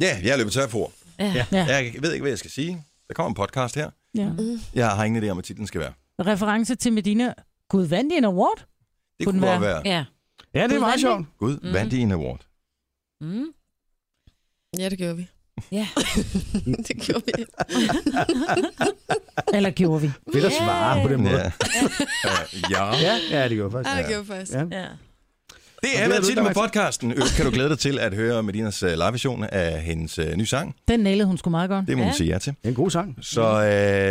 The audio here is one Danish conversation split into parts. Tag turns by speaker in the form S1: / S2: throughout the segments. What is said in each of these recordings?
S1: Ja, jeg er løbet tør for ord.
S2: Ja.
S3: Ja.
S1: Jeg ved ikke, hvad jeg skal sige. Der kommer en podcast her.
S3: ja.
S1: Jeg har ingen idé om, hvad titlen skal være.
S3: Reference til Medina. Gud, vandt I en award?
S1: Det
S3: Kunne
S1: kunne,
S3: den
S1: godt være.
S2: Ja.
S4: Ja, det er meget sjovt.
S1: Gud, mm-hmm. vandt I en award?
S2: Mm.
S5: Ja, det gjorde vi.
S2: Ja.
S5: det gjorde vi.
S3: Eller gjorde vi?
S4: Fedt at svare på den måde.
S1: Ja. ja.
S4: Ja, ja det gjorde jeg faktisk.
S5: Ja, det gjorde vi faktisk.
S4: Altså, Ja.
S2: ja.
S1: Det
S4: glæder
S1: er, hvad
S4: du
S1: titlen på
S4: dig til?
S1: podcasten. I øvrigt Kan du glæde dig til at høre Medinas øh, live-version af hendes øh, nye sang?
S3: Den nailede hun sgu meget godt.
S1: Det må hun
S2: Ja.
S1: sige ja til.
S4: Det er en god sang.
S1: Så øh,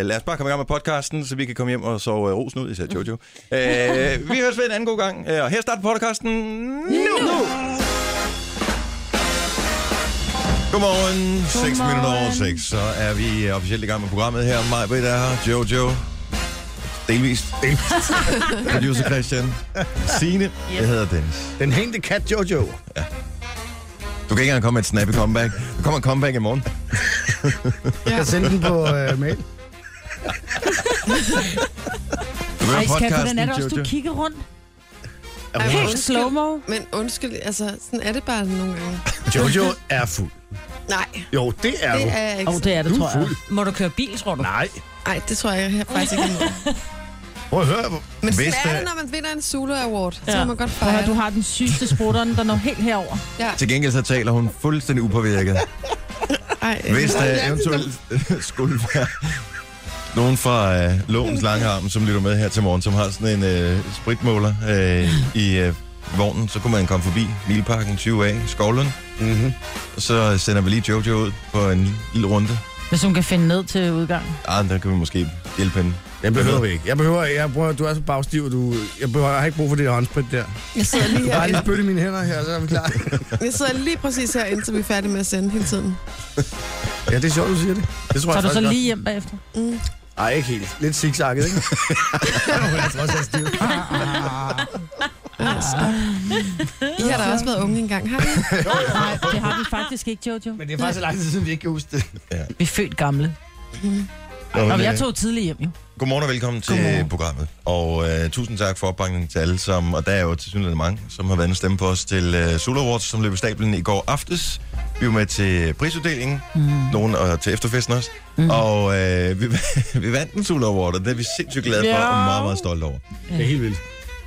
S1: lad os bare komme i gang med podcasten, så vi kan komme hjem og sove øh, rosen ud, især Jojo. Øh, vi høres ved en anden god gang, øh, og her starter podcasten nu! nu. Godmorgen, 6 minutter over 6, så er vi øh, officielt i gang med programmet her. Mig, Britt er her, Jojo. Delvist, delvist. Producer Christian. Signe, jeg hedder Dennis.
S4: Den hængte kat Jojo.
S1: Du kan ikke engang komme med et snappy comeback. Der kommer en comeback i morgen.
S4: Jeg kan sende den på øh, mail.
S1: Du hører
S3: Ej, skat,
S1: podcasten,
S3: hvordan er det også, du
S1: Jojo.
S3: kigger rundt?
S4: Er
S5: Ej, hvor
S3: Helt
S5: undskyld.
S3: slow-mo.
S5: Men undskyld, altså, sådan er det bare nogle gange.
S4: Jojo er fuld.
S5: Nej,
S4: Jo, det er
S5: det
S4: hun.
S5: er jeg
S3: Åh,
S5: ikke.
S3: oh, det er det,
S4: Du er
S3: tror jeg.
S4: fuld.
S2: Må du køre bil, tror du?
S4: Nej.
S5: Nej, det tror jeg, jeg faktisk ikke. jeg må.
S4: Prøv at høre. hvor-
S5: Men
S1: Hvis
S5: sådan er
S1: det-
S5: det, når man vinder en Zulu Award. Så
S3: Ja.
S5: kan man godt
S3: Prøv at
S5: fejre
S3: høre, Du
S5: det.
S3: har den sygeste sprutteren, der når helt herover.
S5: Ja.
S1: Til gengæld så taler hun fuldstændig upåvirket.
S5: Ej,
S1: Hvis
S5: øh,
S1: der eventuelt skulle være nogen fra øh, lovens lange arm, som lytter med her til morgen, som har sådan en øh, spritmåler øh, i øh, vognen, så kunne man komme forbi Milparken 20A, Skovlund,
S4: Mhm.
S1: og så sender vi lige Jojo ud på en lille runde.
S3: Hvis hun kan finde ned til udgangen.
S1: Ah, der kan vi måske hjælpe hende.
S4: Den behøver vi ikke. Jeg behøver, jeg bruger, du er så bagstiv, du, jeg, behøver, jeg har ikke brug for det der håndsprit der.
S5: Jeg sidder lige
S4: Jeg har lige
S5: her.
S4: spyttet mine hænder her, så er vi klar.
S5: Jeg sidder lige præcis her, indtil vi er færdige med at sende hele tiden.
S4: Ja, det er sjovt, du siger det. Det tror
S3: Så
S4: jeg
S3: er du så
S4: faktisk
S3: lige hjem bagefter.
S5: Mm.
S4: godt. Ej, ikke helt. Lidt zigzagget, ikke? jeg tror også, jeg er stiv.
S5: Ah, stop. I har da også været unge engang, har I?
S3: Nej, det har vi faktisk ikke, Jojo.
S4: Men det er faktisk så lang tid siden, vi ikke kan huske det.
S3: Vi er født gamle.
S1: Og,
S3: Og jeg tog tidligt hjem, jo.
S1: Godmorgen og velkommen til
S3: Godmorgen.
S1: programmet. Og øh, tusind tak for opbakningen til alle, som, og der er jo til synligheden mange, som har været en stemme på os til øh, Solo Awards, som løb i stablen i går aftes. Vi var med til prisuddelingen, mm. nogen og til efterfesten også. Mm. Og øh, vi, vi vandt en Solo Award, og det er vi sindssygt glade for
S3: Ja.
S1: og meget, meget stolte over.
S4: Det er helt vildt.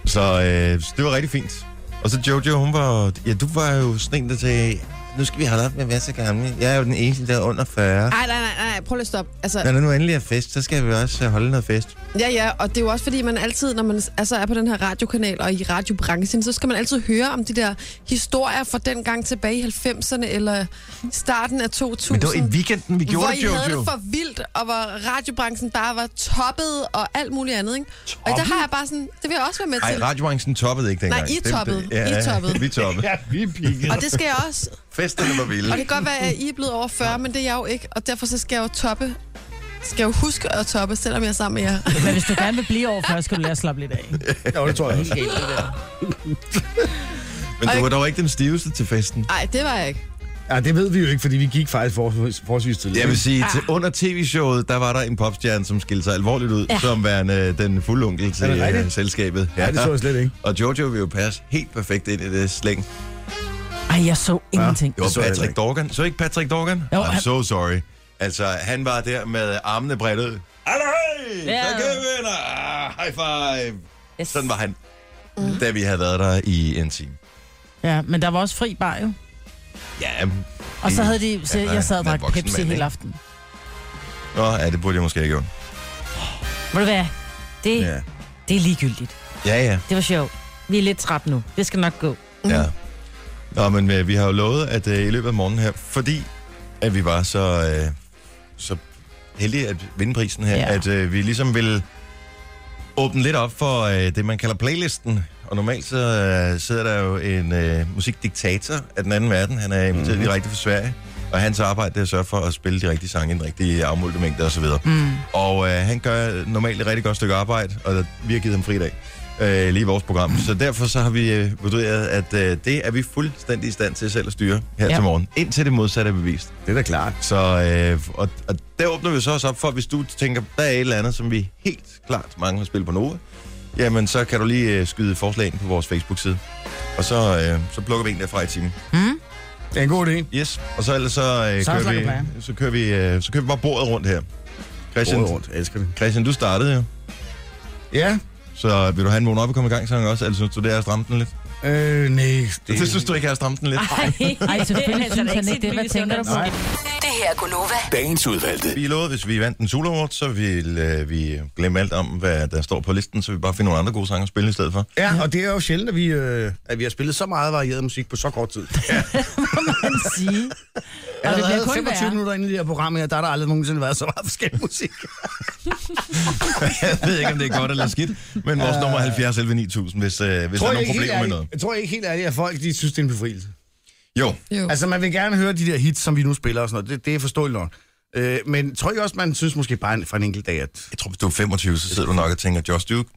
S1: Så øh, så det var rigtig fint. Og så Jojo, hun var... Ja, du var jo sådan en, der sagde, nu skal vi holde op med at være så gamle. Jeg er jo den eneste, der er under 40.
S5: Ej, nej, nej, nej, prøv lige at stoppe. Altså,
S1: Når der nu endelig er fest, så skal vi også øh, holde noget fest.
S5: Ja, ja, og det er jo også fordi, man altid, når man altså er på den her radiokanal og i radiobranchen, så skal man altid høre om de der historier fra dengang tilbage i 90'erne eller starten af 2000.
S1: Men det var i weekenden, vi gjorde
S5: hvor
S1: det,
S5: I
S1: Jojo.
S5: havde det for vildt, og hvor radiobranchen bare var toppet og alt muligt andet, ikke? Og der har jeg bare sådan, det vil jeg også være med
S1: Nej,
S5: til.
S1: radiobranchen toppede ikke dengang.
S5: Nej, I
S1: Det- det-
S5: toppede.
S1: Ja,
S5: I
S1: ja,
S5: toppede.
S1: Vi toppede.
S4: Ja, vi er pikkede.
S5: Og det skal jeg også.
S1: Festerne var vilde.
S5: Og det kan godt være, at I er blevet over 40, men det er jeg jo ikke. Og derfor så skal jeg jo toppe. Skal jeg jo huske at toppe, selvom jeg er sammen med jer.
S3: Men hvis du gerne vil blive over 40, skal du lære at slappe lidt af.
S4: Ja, det tror jeg også.
S1: Men du
S5: Og-
S1: var dog ikke den stiveste til festen.
S5: Nej, det var jeg ikke.
S4: Ja, det ved vi jo ikke, fordi vi gik faktisk for, forholdsvis til
S1: Jeg vil sige, til
S5: Ah.
S1: under tv-showet, der var der en popstjerne, som skilte sig alvorligt ud, ja. som værende øh, den fulde onkel til
S4: Er det rigtigt?
S1: øh, selskabet.
S4: Ja, det så jeg slet ikke.
S1: Og Jojo vil jo passe helt perfekt ind i det slæng.
S3: Ej, jeg så ingenting.
S1: Det var
S4: Det så jeg heller
S1: Patrick
S4: ikke.
S1: Dorgan. Så ikke Patrick Dorgan?
S3: Jo,
S1: I'm
S3: han-
S1: so sorry. Altså, han var der med armene bredt ud. Hallo, hey!
S3: Ja.
S1: Så kan vi vinde! Ah, High five!
S3: Yes.
S1: Sådan var han, da vi havde været der i en time.
S3: Ja, men der var også fri bar, jo.
S1: Ja,
S3: Og så
S1: Det-
S3: havde de, så
S1: Mm. Ja, nej,
S3: jeg sad og
S1: man er
S3: drak
S1: voksen
S3: Pepsi
S1: mand,
S3: hele
S1: ikke?
S3: aften.
S1: Nå, ja, det burde jeg måske have gjort.
S2: Ved du hvad? Det, ja.
S1: Ja,
S2: det er ligegyldigt.
S1: ja. ja.
S2: Det var sjovt. Vi er lidt træt nu. Det skal nok gå.
S1: ja. Nå, men øh, vi har jo lovet, at øh, i løbet af morgenen her, fordi at vi var så, øh, så heldige at vinde prisen her, ja.
S3: Ja.
S1: at øh, vi ligesom vil åbne lidt op for øh, det, man kalder playlisten. Og normalt så øh, sidder der jo en øh, musikdiktator af den anden verden. Han er inviteret mm-hmm. direkte fra Sverige. Og hans arbejde det er at sørge for at spille de rigtige sange i den rigtige afmålte mængde osv. Mm. Og øh, han gør normalt et rigtig godt stykke arbejde, og vi har givet ham fri dag øh, lige i vores program. Så derfor så har vi øh, vurderet, at øh, det er vi fuldstændig i stand til selv at styre her ja.
S3: Ja.
S1: til morgen. Indtil det modsatte er bevist.
S4: Det er da klart.
S1: Så øh, og, og der åbner vi så også op for, hvis du tænker, der er et eller andet, som vi helt klart mangler at spille på Nova, jamen så kan du lige øh, skyde et forslag ind på vores Facebook-side. Og så, øh, så plukker vi en derfra i timen.
S3: Mm.
S4: Det er en god idé.
S1: Yes, og så ellers så, øh,
S3: Så
S1: kører,
S3: snakker
S1: vi,
S3: jeg.
S1: så, kører vi, øh, så kører vi bare bordet rundt her. Christian,
S4: Bordet rundt, jeg elsker det.
S1: Christian du startede jo,
S4: Ja,
S1: så vil du have en vågen op og komme i gang sang også, eller synes du, det er at stramme den lidt?
S4: øh, nej.
S1: Det, det synes du ikke er at stramme den lidt?
S2: Ej,
S3: selvfølgelig
S2: altså
S3: synes han ikke det. Hvad tænker du på?
S4: Nej.
S6: Det her er Gunova.
S7: Dagens udvalgte.
S1: Vi lovede, hvis vi vandt en Sula Award, så ville øh, vi glemme alt om, hvad der står på listen, så vi bare finder nogle andre gode sange at spille i stedet for.
S4: Ja, og det er jo sjældent, at vi, øh, at vi har spillet så meget varieret musik på så kort tid.
S3: Han sige. Og det bliver
S4: Allerede
S3: kun
S4: 25
S3: værre.
S4: minutter inde i det her program her, der har der aldrig nogensinde været så meget forskellig musik.
S1: Jeg ved ikke, om det er godt eller skidt, men vores nummer er 70 11 9000, hvis, øh, hvis der er
S4: Tror jeg,
S1: nogle
S4: ikke helt
S1: problemer med noget.
S4: ærligt, jeg tror ikke helt ærligt, at folk de synes, det er en befrielse.
S1: Jo,
S5: Jo. Altså,
S4: Altså, man vil gerne høre de der hits, som vi nu spiller og sådan noget. Det, det er forståeligt nok. Øh, men tror ikke også, man synes måske bare en, fra en enkelt dag, at...
S1: jeg tror, hvis du er 25, så sidder du nok og tænker, Josh Duke.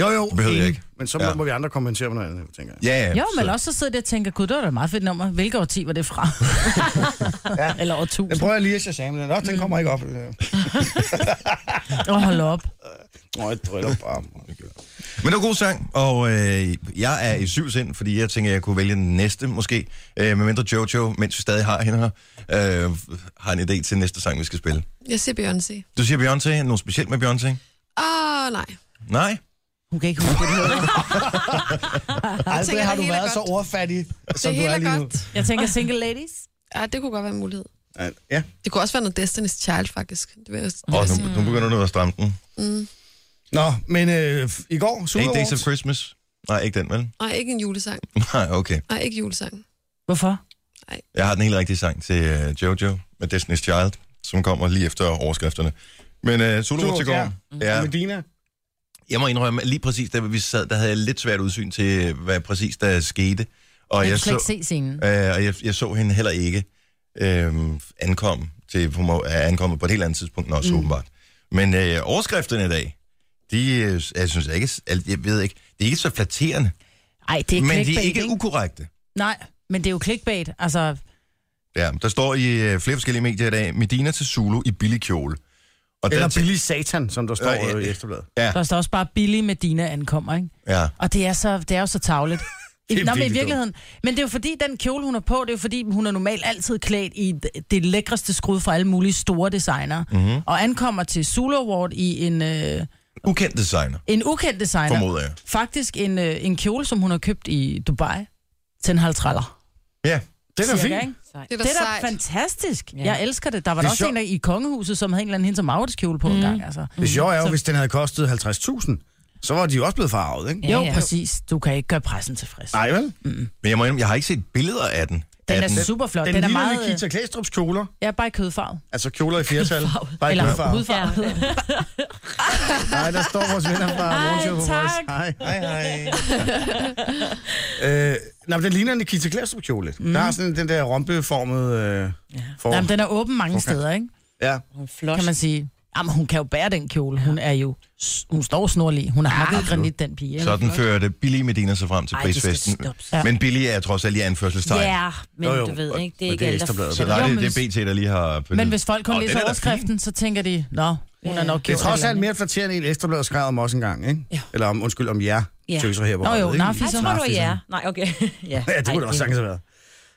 S4: Jo, jo,
S1: behøver jeg
S4: enig,
S1: ikke.
S4: Men så
S1: Ja.
S4: ja. må vi andre kompensere med noget andet, tænker jeg.
S1: Ja, ja.
S3: Jo, men
S1: så-
S3: også så sidder jeg og tænker, gud, det var da et meget fedt nummer. Hvilket årti var det fra? Eller år
S4: Den
S3: 1000.
S4: prøver jeg lige at shazame den. Nå, den kommer ikke op. Øh,
S3: Åh, hold op.
S4: Nå, jeg drøller bare.
S1: Men det var god sang, og øh, jeg er i syv sind, fordi jeg tænker, jeg kunne vælge den næste måske. Øh, medmindre Jojo, mens vi stadig har hende her, øh, har en idé til næste sang, vi skal spille.
S5: jeg siger Beyoncé.
S1: Du siger Beyoncé. Noget specielt med Beyoncé?
S5: Åh, nej.
S1: Nej.
S3: Hun kan ikke huske det.
S5: tænker,
S4: Aldrig har
S5: det
S4: du
S5: hele er
S4: været så
S5: godt.
S4: ordfattig, som
S5: Det
S4: du
S5: hele
S4: er
S5: er
S4: lige nu.
S5: godt.
S3: Jeg tænker single ladies.
S5: Ja, det kunne godt være en mulighed.
S4: Ja,
S5: Det kunne også være noget Destiny's Child, faktisk. Det vil jeg Mm. også
S1: Åh, oh, nu, nu begynder du at stramme den.
S4: Nå, men øh, i går, Super
S1: Eight Days of
S4: Awards.
S1: Christmas? Nej, ikke den, vel?
S5: Nej, ikke en julesang.
S1: Nej, okay.
S5: Nej, ikke julesang.
S3: Hvorfor?
S1: Jeg har den helt rigtige sang til øh, Jojo med Destiny's Child, som kommer lige efter overskrifterne. Men øh, solo til går.
S4: Ja.
S1: Ja. ja.
S4: Medina.
S1: Jeg må indrømme, at lige præcis da vi sad, der havde jeg lidt svært udsyn til, hvad præcis der skete. Og jeg
S2: Jeg kan slet
S1: så,
S2: ikke se scenen.
S1: Øh, og jeg, jeg så hende heller ikke øh, ankomme til, hun må- er ankommet på et helt andet tidspunkt, end os mm. åbenbart. Men øh, overskrifterne i dag, de, øh, jeg synes ikke, al- jeg ved ikke, det er ikke så flatterende,
S3: Ej, det er
S1: men
S3: clickbait,
S1: de er ikke
S3: ikke?
S1: ukorrekte.
S3: Nej, men det er jo clickbait. Altså,
S1: Ja, der står i øh, flere forskellige medier i dag, Medina til Zulu i billig kjole. Og
S4: Eller
S1: der tæ-
S4: Billy Satan, som der står
S1: Øh,
S4: øh,
S1: øh,
S4: i Efterbladet.
S3: der står også bare Billy Medina ankommer, ikke?
S1: Ja,
S3: Og det er, så, det er jo så tavligt.
S1: Det er
S3: Nå, men i
S1: virkelig
S3: virkeligheden. Men det er jo fordi, den kjole, hun er på, det er jo fordi, hun er normalt altid klædt i det- det lækreste skrud fra alle mulige store designer.
S4: Mhm.
S3: Mm-hmm. Og ankommer til Zulu Award i en, øh,
S1: ukendt designer,
S3: en ukendt designer.
S1: formoder jeg.
S3: Faktisk en, øh, en kjole, som hun har købt i Dubai til en halv traller.
S1: Ja,
S4: Det er da
S3: cirka,
S4: fint.
S3: ikke?
S5: Det er da
S3: Det er da
S5: sejt.
S3: fantastisk.
S2: Ja.
S3: Ja. Jeg elsker det. Der var
S4: Det
S3: der
S4: er
S3: også
S4: sjovt.
S3: en af, i kongehuset, som havde en eller anden hende som kjole på mm. en gang. Altså.
S4: Det sjove er jo,
S3: Så-
S4: hvis den havde kostet 50.000, så var de jo også blevet farvet, ikke?
S2: Ja,
S3: Jo,
S2: ja.
S3: præcis. Du kan ikke gøre pressen tilfreds.
S4: Nej, vel?
S1: men jeg må indrømme, jeg har ikke set billeder af den.
S3: Den
S1: af
S3: er super flot.
S4: Den,
S3: Den, er
S4: lille
S3: meget...
S4: Nikita Klæstrups kjoler,
S3: Jeg er bare i kødfarvet.
S4: altså kjoler i flertal, bare ikke
S3: Eller
S4: hudfarve.
S3: hudfarvet. Ja.
S4: Nej, der står vores venner fra Morgenshow på
S3: tak.
S4: Voice. Hej, hej, hej. øh, nej, men den ligner en Nikita Klæstrup kjole. Mm. Der har sådan den der rompeformede øh, form.
S3: Jamen, den er åben mange okay. steder, ikke?
S4: Ja.
S2: Flot.
S3: Kan man sige. Jamen, hun kan jo bære den kjole. Hun er jo... Hun står snorlig. Hun har hakket granit, den pige. ikke?
S1: Sådan førte Billy Medina sig frem til
S2: Ej, det skal
S1: prisfesten.
S2: stoppes.
S1: Men Billy er trods alt i anførselstegn.
S2: Ja, men
S4: Jo, jo,
S2: du ved
S4: og-
S2: ikke, det er
S4: og
S2: ikke
S4: det er
S2: alt, der...
S4: Ekstrabladet,
S1: Så
S2: Jo,
S1: der er det,
S2: men-
S1: det er BT, der lige har...
S3: Men hvis folk kun
S1: Åh,
S3: oh, læser
S1: den er da
S3: overskriften, så tænker de, nå, hun
S2: Ja.
S3: har nok
S4: Det er
S3: gjort
S4: trods
S3: et
S4: alt
S3: eller
S4: mere flatterende, end Ekstrabladet skrev om os engang, ikke?
S2: Ja.
S4: Eller om, undskyld, om jer
S2: Ja.
S4: tøser her på
S3: Nå jo,
S4: holdet, ikke?
S2: Jeg
S3: narfisser.
S2: tror, du er ja. Nej, okay. ja.
S4: Ja, det kunne det også sagtens have været.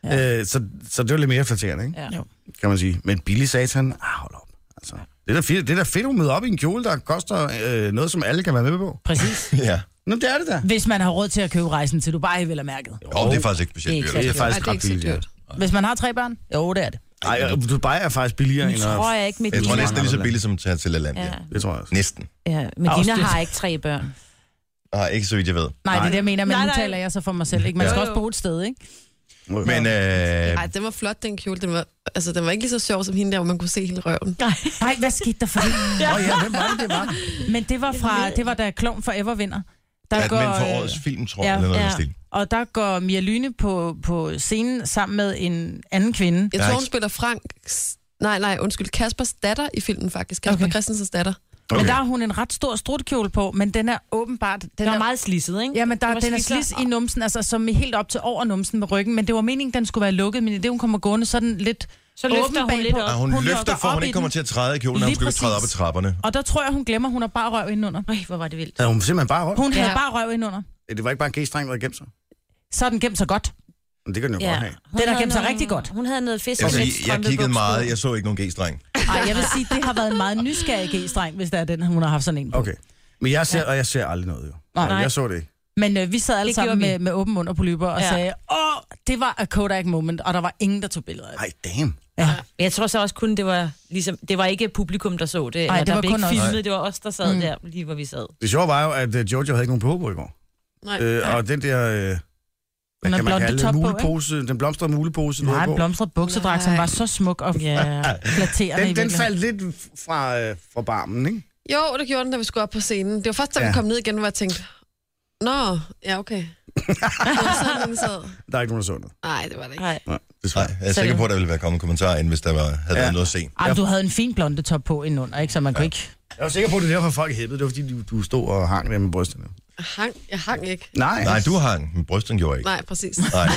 S4: Ja. Øh, så, så det var lidt mere flatterende, ikke?
S2: Ja.
S3: Jo.
S4: kan man sige. Men Billy Satan, ah, hold op. Altså, det er da fedt, det er da fedt at møde op i en kjole, der koster øh, noget, som alle kan være med på.
S3: Præcis.
S1: andet. Ja.
S4: Nå, det er det da.
S3: Hvis man har råd til at købe rejsen til Dubai, vil jeg mærke.
S1: Og det er faktisk ikke specielt
S2: Det er
S1: dyrt.
S2: ikke
S1: Det er
S2: særlig
S5: Ej, det er ikke så dyrt.
S3: Hvis man har tre børn, jo, det er det.
S4: Nej, Dubai er faktisk billigere end...
S2: Jeg tror
S4: at-
S2: jeg ikke,
S1: Jeg tror
S2: Medina...
S1: næsten det er lige så billigt som at tage til Lalandia.
S2: Ja.
S1: Ja.
S4: Det tror jeg også.
S1: Næsten.
S2: Ja, Medina
S3: Afsted.
S2: har ikke tre børn.
S1: Nej, ikke så vidt jeg ved.
S3: Nej, det er det, jeg mener, men
S2: Nej,
S3: nu
S2: nej.
S3: taler jeg så for mig selv. Ikke? Man
S2: Jo,
S3: skal
S2: jo.
S3: også bo et sted, ikke?
S1: Men øh,
S5: Ej, den var flot, den kjole. Den var, altså, den var ikke lige så sjov som hende der, hvor man kunne se hele røven.
S2: Nej.
S3: Nej, hvad skete der for det?
S4: Nå ja, hvem var det, det var?
S3: Men det var, fra, det var da Klon Forever vinder. Der
S1: at mænd for
S3: øh,
S1: årets film, tror jeg,
S3: ja,
S1: eller noget i den
S2: ja.
S1: stil.
S3: Og der går Mia Lyne på, på scenen sammen med en anden kvinde.
S5: Jeg
S1: Jeg har
S5: tror,
S1: ikke-
S5: hun spiller Franks... Nej, nej, undskyld. Kaspers datter i filmen, faktisk. Kasper
S3: Okay.
S5: okay. Christensens datter.
S3: Okay. Men der har hun en ret stor strutkjole på, men den er åbenbart... Den,
S2: Den er meget slisset, ikke?
S3: Ja, men der,
S2: Den var
S3: den er
S2: slidt
S3: slis
S2: op.
S3: i numsen, altså som er helt op til over numsen med ryggen, men det var meningen, den skulle være lukket, men i det, hun kommer gående, så er den lidt
S2: Så løfter
S3: åben
S2: hun lidt
S3: bagpå.
S1: Ah, hun,
S2: op.
S3: Hun
S1: hun
S3: lukker
S1: løfter for, at
S3: op
S1: hun
S3: i
S1: ikke kommer
S3: den.
S1: til at træde i kjolen, når hun
S3: Lige
S1: skal træde op ad
S3: præcis.
S1: trapperne.
S3: Og der tror jeg, hun glemmer, hun har bare røv indenunder.
S2: Øj, hvor var det vildt.
S4: Havde hun simpelthen bare røv?
S3: Hun ja. havde
S5: Ja.
S3: bare røv indenunder.
S4: Det var ikke bare en g-streng, der havde gemt sig.
S3: Så er den gemt så godt.
S4: Men det kan den jo ja. godt have.
S2: Hun
S3: Den har
S2: havde
S3: gemt sig
S2: nogle-
S3: rigtig godt.
S2: Hun havde noget fisk.
S1: Altså, Jeg,
S2: og
S1: vil
S2: lidt
S1: sige, jeg
S2: strømpe
S1: kiggede
S2: bukser.
S1: meget, jeg så ikke nogen g-streng.
S3: Ej, jeg vil sige, det har været en meget nysgerrig G-streng, hvis det er den, hun har haft sådan en på.
S4: Okay. Men jeg ser, ja. og jeg ser aldrig noget, jo.
S3: Nej.
S4: Nej. Jeg så det ikke.
S3: Men øh, vi sad alle
S2: Det
S3: sammen
S2: gjorde vi.
S3: med, med åben mund og polyper og
S2: Ja.
S3: ja. sagde, åh, det var a Kodak moment, og der var ingen, der tog billeder af det.
S4: Ej, damn.
S2: Men Jeg tror så også kun, det var, ligesom, det var ikke publikum, der så det. Eller
S3: det
S2: der
S3: var
S2: blev
S3: kun
S2: ikke
S3: os.
S2: filmet, det var os, der sad mm. der, lige hvor vi sad.
S4: Det sjove var jo, at øh, Jojo havde ikke nogen behov på i går.
S5: Nej.
S4: Øh, og den der, øh, hvad
S3: Hun har
S4: kan man
S3: blonde
S4: kalde
S3: top
S4: det,
S3: på,
S4: mulepose, den blomstrede mulepose, du
S3: Nej,
S4: havde
S3: en
S4: på.
S3: blomstret buksedrag, som
S5: Nej.
S3: var så smuk og ja. flatterende
S4: Den,
S3: i
S4: den
S3: virkeligheden.
S4: faldt lidt fra, øh, fra barmen, ikke?
S5: Jo, det gjorde den, da vi skulle op på scenen. Det var først, da ja.
S4: Ja.
S5: vi kom ned igen, hvor jeg tænkte, Nå, ja, okay. Det var sådan, den sad.
S4: Der er ikke nogen, der så noget.
S5: Nej, det var det ikke.
S2: Nej.
S4: Nej, desværre.
S1: Nej, jeg er sikker på, at der ville være kommet kommentarer ind, hvis der var, havde
S4: Ja.
S1: været noget at se.
S3: Ej, men du havde en fin blonde top på indenunder, ikke? Så man ja. kunne ikke...
S4: Jeg var sikker på, at det er derfor, folk hæppede. Det var, fordi du, du stod og hang der med brysterne.
S5: Jeg hang, jeg hang ikke.
S4: Nej,
S1: Nej, du hang, men brysten gjorde ikke.
S5: Nej, præcis.
S1: Nej.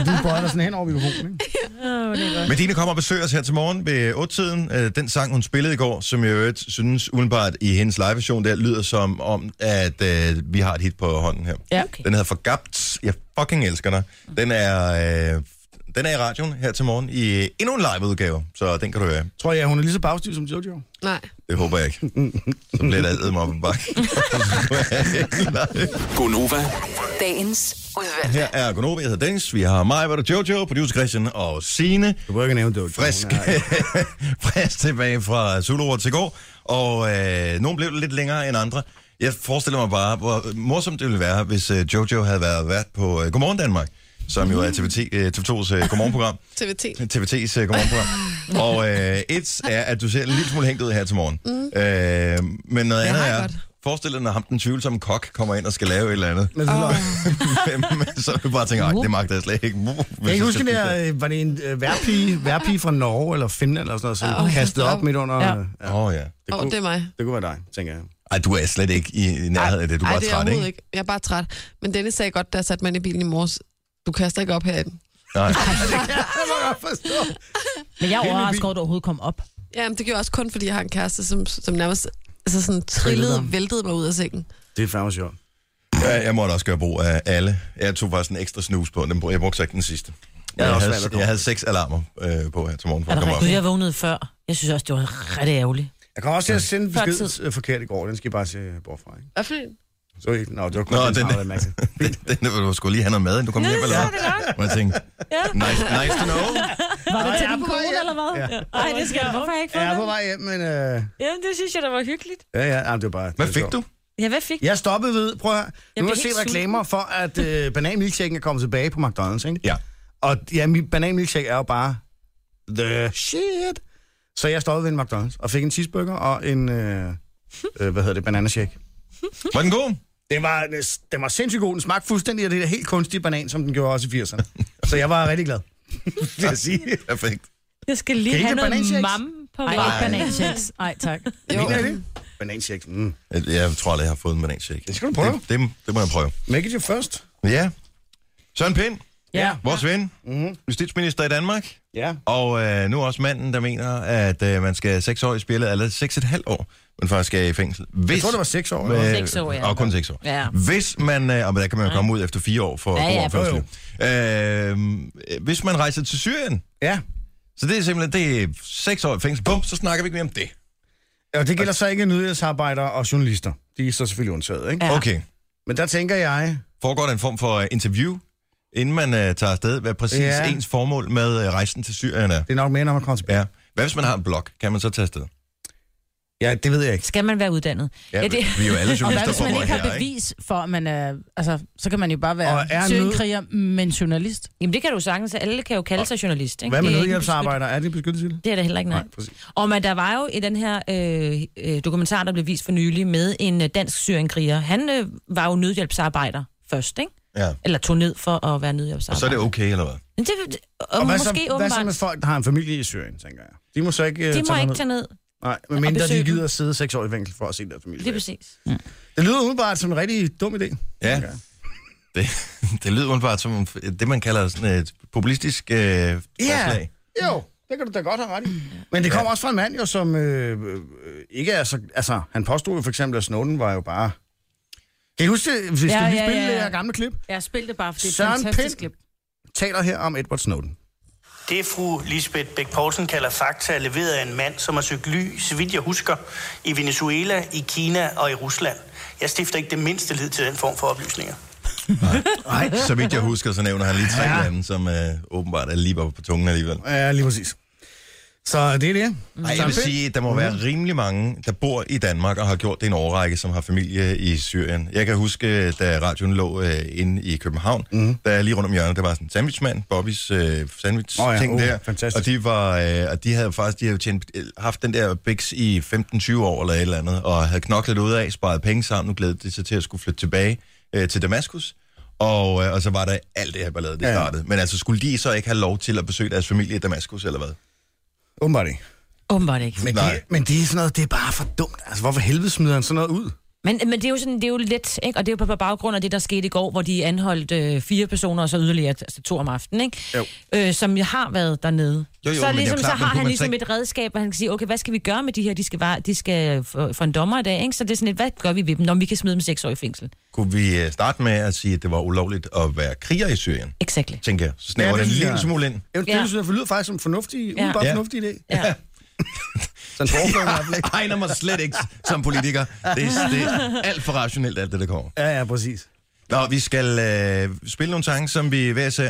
S4: og du bøjede dig sådan hen over mikrofonen, ikke?
S1: Medina kommer og besøger os her til morgen ved 8-tiden. Øh, Den sang, hun spillede i går, som jeg i øvrigt synes umiddelbart i hendes live-version, der lyder som om, at øh, vi har et hit på hånden her.
S3: Ja.
S2: Okay.
S1: Den hedder Forgabt. Jeg fucking elsker dig. Den er, øh, den er i radioen her til morgen i endnu en live-udgave, så den kan du høre.
S4: Tror jeg, hun er lige så bagstiv som Jojo?
S5: Nej.
S1: Det håber jeg ikke. Så bliver det altid mig op ad bakke.
S6: Gonova,
S7: Dagens udvalgte.
S1: Her er Gunova, jeg hedder Dennis. Vi har mig, hvor der Jojo, producer Christian og Sine.
S4: Du behøver ikke nævne Jojo.
S1: Frisk,
S4: Hun er-
S1: frisk tilbage fra Zulu til går, og øh, nogen blev lidt længere end andre. Jeg forestiller mig bare, hvor morsomt det ville være, hvis øh, Jojo havde været vært på øh, Godmorgen Danmark, som jo er TVT, øh, TV2's øh, godmorgenprogram.
S5: TVT.
S1: TVT's øh, godmorgenprogram. og øh, et er, at du ser en lille smule hængt ud her til morgen. Mm. Øh, men noget
S5: Det
S1: andet
S5: har jeg
S1: er,
S5: godt.
S1: forestil dig, når ham den tvivlsomme kok kommer ind og skal lave et eller andet.
S4: Men det er-
S1: Men så er du bare tænker, "Ej, det magter jeg slet ikke. Hvis
S4: Jeg kan
S1: skal
S4: ikke huske,
S1: spise
S4: der, øh, var det en øh, værpige, værpige fra Norge eller Finland eller sådan noget, som oh, kastede op midt under...
S3: Ja.
S4: Ja.
S1: det." Åh oh, ja.
S5: Åh, oh, det er mig.
S4: Det kunne være dig, tænker jeg.
S1: Ej, du er slet ikke i i nærheden af det. Du er
S5: Ej,
S1: bare
S5: det er jeg
S1: træt, ikke?
S5: overhovedet ikke. Jeg er bare træt. Men Dennis sagde godt, da jeg satte mig ind i bilen i morges, du kaster ikke op herinde.
S1: Nej.
S4: Det må jeg godt forstå.
S3: Men jeg er
S4: Helt
S3: overrasket
S4: vildt.
S3: over, at det overhovedet kom op.
S5: Jamen, det gjorde jeg også kun, fordi jeg har en kæreste, som, som nærmest altså sådan, trillede, væltede mig ud af sengen.
S4: Det er fandme sjovt.
S1: Jeg, jeg måtte også gøre brug af alle. Jeg tog faktisk en ekstra snus på. Den, brug- jeg brugte så ikke den sidste. Jeg,
S4: er også
S1: havde,
S4: valgt at komme.
S1: jeg havde seks alarmer øh, på her til morgen, for at
S2: Er der
S1: komme op.
S2: rigtigt? Jeg vågnede før. Jeg synes også, det var ret ærgerligt.
S4: Jeg kommer også til at sende
S2: Før
S4: besked øh, forkert i går. Den skal I bare se bort fra, ikke?
S5: Hvad for en?
S4: Så ikke? Nå, det var kun
S1: Nå,
S4: Nå, den,
S1: den-
S4: farve, der mærkede.
S1: Den, den, den, du skulle lige have noget mad, inden du kom hjem, eller hvad? Og jeg tænkte, nice, nice to know.
S2: Var det
S4: jeg
S2: til
S4: er
S2: din
S4: på vej
S2: kone,
S4: hjem.
S2: eller hvad?
S4: Ja.
S2: Nej, det skal jeg. Hvorfor har jeg ikke
S4: Jeg er på
S2: fået det?
S4: vej hjem, men... Øh,
S2: Jamen, det synes jeg, der var hyggeligt.
S4: ja, ja, jamen, det var bare... det
S1: Hvad
S4: var
S1: fik
S4: sjovt.
S1: du?
S2: Ja, hvad fik du?
S4: Jeg stoppede ved, prøv at høre.
S2: Jeg
S4: Nu har jeg
S2: blev
S4: set
S2: helt sulten.
S4: reklamer for, at øh, bananmilkshaken er kommet tilbage på McDonald's, ikke?
S1: Ja.
S4: Og ja, min bananmilkshake er jo bare the shit. Så jeg stoppede ved en McDonald's og fik en cheeseburger og en, øh, øh, hvad hedder det, bananashake.
S1: Var den god?
S4: Det var, den var sindssygt god. Den smagte fuldstændig af det der helt kunstige banan, som den gjorde også i 80'erne. Så jeg var rigtig glad. det vil jeg sige.
S1: Perfekt.
S2: Jeg skal
S4: Kan
S2: lige
S4: I
S2: have
S4: ikke have
S2: noget
S4: bananshakes?
S2: mam på
S3: Ej,
S2: vej.
S3: ikke bananshakes. Ej, tak.
S5: Jo,
S4: Mener I det? Bananshake. Mm.
S1: Jeg, jeg tror aldrig, jeg har fået en bananshake.
S4: Det skal du prøve.
S1: Det, det, det må jeg prøve.
S4: Make it your first.
S1: Ja. Søren Pind,
S3: Ja.
S1: vores ven, mm-hmm. justitsminister i Danmark,
S4: Ja.
S1: Og øh, nu også manden, der mener, at øh, man skal 6 år i spillet, eller 6,5 år, man faktisk skal i fængsel. Hvis,
S4: Jeg tror, det var seks år.
S1: Øh,
S4: Eller?
S2: Seks år, ja.
S1: Og kun 6 år.
S2: Ja.
S1: Hvis man, øh, og der kan man jo komme ud efter 4 år for
S2: Ja, ja,
S1: god opførsel. Øh, hvis man rejser til Syrien,
S4: Ja.
S1: så det er simpelthen det er 6 år i fængsel. Bum, så snakker vi ikke mere om det.
S4: Og det gælder så ikke nyhedsarbejdere og journalister. De er så selvfølgelig undtaget, ikke?
S1: Ja. Okay.
S4: Men der tænker jeg,
S1: Foregår der en form for øh, interview, inden man øh, tager afsted, hvad præcis ja.
S4: Ja.
S1: ens formål med øh, rejsen til Syrien er?
S4: det er nok mere, når man kommer tilbage.
S1: Ja. Hvad hvis man har en blog? Kan man så tage afsted?
S4: Ja, det ved jeg ikke.
S2: Skal man være uddannet?
S1: Ja, ja det... Vi er jo alle
S3: Og
S1: journalister
S3: hvad hvis
S1: på
S3: man
S1: mig
S3: ikke har
S1: her, ikke?
S3: bevis for, at man er... Altså, så kan man jo bare
S4: Og er
S3: være
S4: nød-
S3: søgenkriger, men journalist.
S2: Jamen, det kan du sagtens. Alle kan jo kalde sig journalist, ikke?
S4: Hvad med
S2: Det er ikke en
S4: nødhjælpsarbejdere? Er det beskyttet til?
S2: Det er der heller ikke nej.
S4: Nej, præcis.
S2: Og men der var jo i den her øh, øh, dokumentar, der blev vist for nylig, med en øh, dansk syrienkriger. Han øh, var jo nødhjælpsarbejder først, ikke?
S1: Ja.
S2: Eller tog ned for at være
S1: Og
S2: nødhjælpsarbejder.
S1: så er det okay, eller hvad?
S2: Men det, det- og,
S4: Og
S2: og
S4: hvad
S2: måske
S4: så, hvad så
S2: åbenbart,
S4: med folk, der har en familie i Syrien, tænker jeg? De må så ikke uh,
S2: de må
S4: tage
S2: ikke
S4: ned.
S2: tage ned.
S4: Nej, medmindre
S2: besøge
S4: de
S2: dem.
S4: gider at sidde seks år i fængsel for at se deres familie.
S2: Lige præcis.
S4: Det lyder umiddelbart som en rigtig dum idé.
S1: Ja.
S4: Okay.
S1: Det, det lyder umiddelbart som en- det, man kalder sådan et populistisk øh, forslag.
S4: Jo, det kan du da godt have ret i. Men det kommer også fra en mand, jo, som øh, øh, ikke er så... Altså, han påstod jo for eksempel, at Snowden var jo bare... øh, Kan I huske, det? hvis ja, du lige ja, spille ja. det her gamle klip?
S3: Ja, spil det bare, for
S4: Søren Pind taler her om Edward Snowden.
S6: Det fru Lisbeth Bæk Poulsen kalder fakta er leveret af en mand, som har søgt ly, så vidt jeg husker, i Venezuela, i Kina og i Rusland. Jeg stifter ikke det mindste lid til den form for oplysninger.
S1: Nej, så vidt jeg husker, så nævner han lige tre ja. lande, som øh, åbenbart er lige oppe på tungen alligevel.
S4: Ja, lige præcis. Så det er
S2: Mm.
S4: det.
S1: Ej, jeg vil sige, at der må
S4: Mhm.
S1: være rimelig mange, der bor i Danmark og har gjort det en årrække, som har familie i Syrien. Jeg kan huske, da radioen lå øh, inde i København,
S4: Mhm.
S1: mm. der lige rundt om hjørnet, der var sådan en sandwichmand, Bobbys øh, sandwich-ting
S4: Åh ja, uh,
S1: der.
S4: fantastisk.
S1: Og de, var, øh, og de havde faktisk de havde tjent, øh, haft den der biks i 15-20 år eller et eller andet, og havde knoklet ud af, sparet penge sammen, nu glædede de sig til at skulle flytte tilbage øh, til Damaskus. Og, øh, og så var der alt det her ballade, det
S4: Ja.
S1: startede. Men altså, skulle de så ikke have lov til at besøge deres familie i Damaskus, eller hvad?
S4: Åbenbart ikke.
S2: Åbenbart ikke.
S4: Men
S1: Nej.
S4: det, men det er sådan noget, det er bare for dumt. Altså, hvorfor helvede smider han sådan noget ud?
S2: Men, men det er jo sådan, det er jo let, ikke? og det er jo på baggrund af det, der skete i går, hvor de anholdt øh, fire personer, og så yderligere altså to om aftenen, ikke?
S4: Jo.
S2: Øh, som jo har været dernede.
S1: Jo, jo,
S2: så,
S1: men det er
S2: ligesom,
S1: jo klart, men
S2: så har
S1: kunne
S2: han
S1: man
S2: ligesom
S1: så
S2: et redskab, hvor han kan sige, okay, hvad skal vi gøre med de her, de skal, vare, de skal for, for en dommer i dag, ikke? så det er sådan lidt, hvad gør vi ved dem, når vi kan smide dem seks år i fængsel?
S1: kunne vi øh, starte med at sige, at det var ulovligt at være kriger i Syrien,
S2: Exactly.
S1: tænker jeg. Så snæver
S4: Ja,
S1: ja,
S4: det
S1: den en
S4: synes
S1: lille
S4: jeg.
S1: smule ind.
S4: Jeg, det
S2: Ja.
S4: synes jeg lyder faktisk som en fornuftig, ja.
S1: Ja.
S4: fornuftig idé.
S2: Ja.
S4: Sådan foregår det i hvert fald ikke.
S1: Jeg egner mig slet ikke som politiker. Det er, det er alt for rationelt, alt det, der kommer.
S4: Ja, ja, præcis.
S1: Nå, vi skal øh, spille nogle sange, som vi hver især